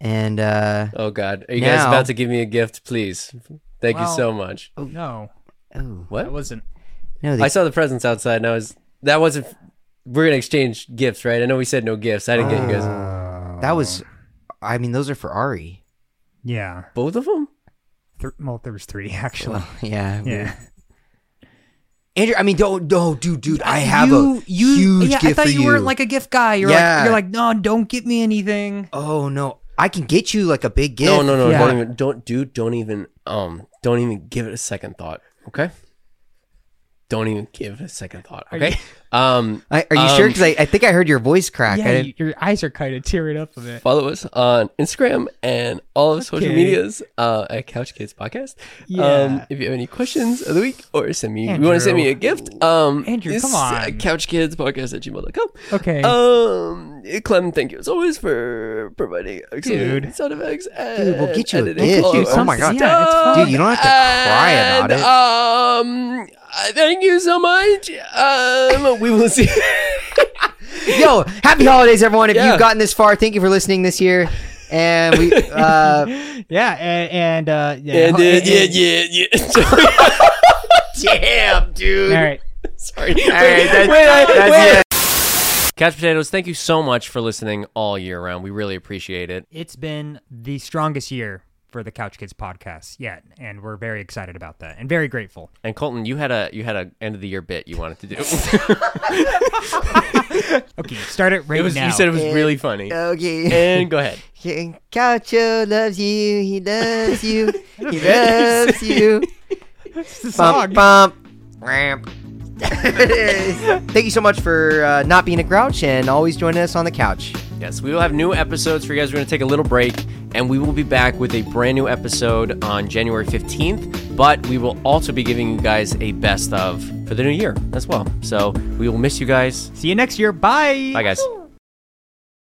[SPEAKER 6] and uh,
[SPEAKER 1] Oh god. Are you guys
[SPEAKER 6] Now-
[SPEAKER 1] about to give me a gift, please? Thank you so much.
[SPEAKER 5] No,
[SPEAKER 6] oh
[SPEAKER 5] that wasn't.
[SPEAKER 6] no,
[SPEAKER 1] I
[SPEAKER 6] they,
[SPEAKER 1] saw the presents outside and I was that wasn't we're gonna exchange gifts, right? I know we said no gifts. I didn't get you
[SPEAKER 6] Uh.
[SPEAKER 1] guys
[SPEAKER 6] that was. I mean, those are for Ari.
[SPEAKER 5] Yeah.
[SPEAKER 1] both of them?
[SPEAKER 5] Th- well, there was three actually.
[SPEAKER 6] Yeah,
[SPEAKER 5] yeah.
[SPEAKER 6] Andrew. I mean, don't, don't, dude, dude. I have a huge
[SPEAKER 5] yeah,
[SPEAKER 6] gift
[SPEAKER 5] I thought
[SPEAKER 6] for
[SPEAKER 5] you,
[SPEAKER 6] you.
[SPEAKER 5] weren't like a gift guy. You're
[SPEAKER 6] Yeah.
[SPEAKER 5] like you're like no, don't get me anything.
[SPEAKER 6] oh no, I can get you like a big gift.
[SPEAKER 1] No, no, no.
[SPEAKER 5] Yeah.
[SPEAKER 1] Don't even don't dude, don't even um don't even give it a second thought. Okay? Don't even give it a second thought. Okay. Um
[SPEAKER 6] I, are you sure? 'Cause sure? Because I, I think I heard your voice crack. I
[SPEAKER 5] Yeah,
[SPEAKER 6] didn't-
[SPEAKER 5] you, your eyes are kind of tearing up a bit.
[SPEAKER 1] follow us on Instagram and all of social
[SPEAKER 5] Okay.
[SPEAKER 1] medias uh, at Couch Kids Podcast. Um,
[SPEAKER 5] Yeah.
[SPEAKER 1] if you have any questions of the week or send me, you want to send me a gift, um,
[SPEAKER 5] Andrew,
[SPEAKER 1] it's,
[SPEAKER 5] come on.
[SPEAKER 1] uh, couchkidspodcast at gmail.com.
[SPEAKER 5] Okay.
[SPEAKER 1] Um, Clem, thank you as always for providing excellent
[SPEAKER 5] Dude.
[SPEAKER 1] sound effects.
[SPEAKER 6] Dude, we'll get you a
[SPEAKER 1] editing
[SPEAKER 6] gift,
[SPEAKER 1] all
[SPEAKER 6] dude.
[SPEAKER 1] of
[SPEAKER 6] Oh my
[SPEAKER 1] our
[SPEAKER 6] God.
[SPEAKER 5] Yeah, it's
[SPEAKER 1] stuff.
[SPEAKER 5] fun.
[SPEAKER 6] Dude, you don't have to cry about it.
[SPEAKER 1] Uh, And, Um, uh, thank you so much. Um, we will see.
[SPEAKER 6] Yo, happy holidays, everyone. If
[SPEAKER 1] Yeah.
[SPEAKER 6] you've gotten this far, thank you for listening this year. And we, uh,
[SPEAKER 5] yeah, and, and uh, yeah.
[SPEAKER 1] and, uh,
[SPEAKER 5] ho- and-
[SPEAKER 1] yeah, yeah, yeah. Damn, dude.
[SPEAKER 5] All right.
[SPEAKER 1] Sorry. Wait, wait, I- wait. Couch Potatoes, thank you so much for listening all year round. We really appreciate it.
[SPEAKER 5] It's been the strongest year for the Couch Kids podcast yet, and we're very excited about that and very grateful.
[SPEAKER 1] And Colton, you had a you had a end of the year bit you wanted to do.
[SPEAKER 5] Okay, start it right
[SPEAKER 1] it was
[SPEAKER 5] now.
[SPEAKER 1] you said it was really funny.
[SPEAKER 6] okay.
[SPEAKER 1] And go ahead.
[SPEAKER 6] Caucho loves you. He loves you. He loves you. Bump, bump. Ramp. Thank you so much for uh, not being a grouch and always joining us on the couch.
[SPEAKER 1] Yes, we will have new episodes for you guys. We're going to take a little break and we will be back with a brand new episode on January 15th. But we will also be giving you guys a best of for the new year as well. So we will miss you guys.
[SPEAKER 5] See you next year. Bye.
[SPEAKER 1] Bye, guys.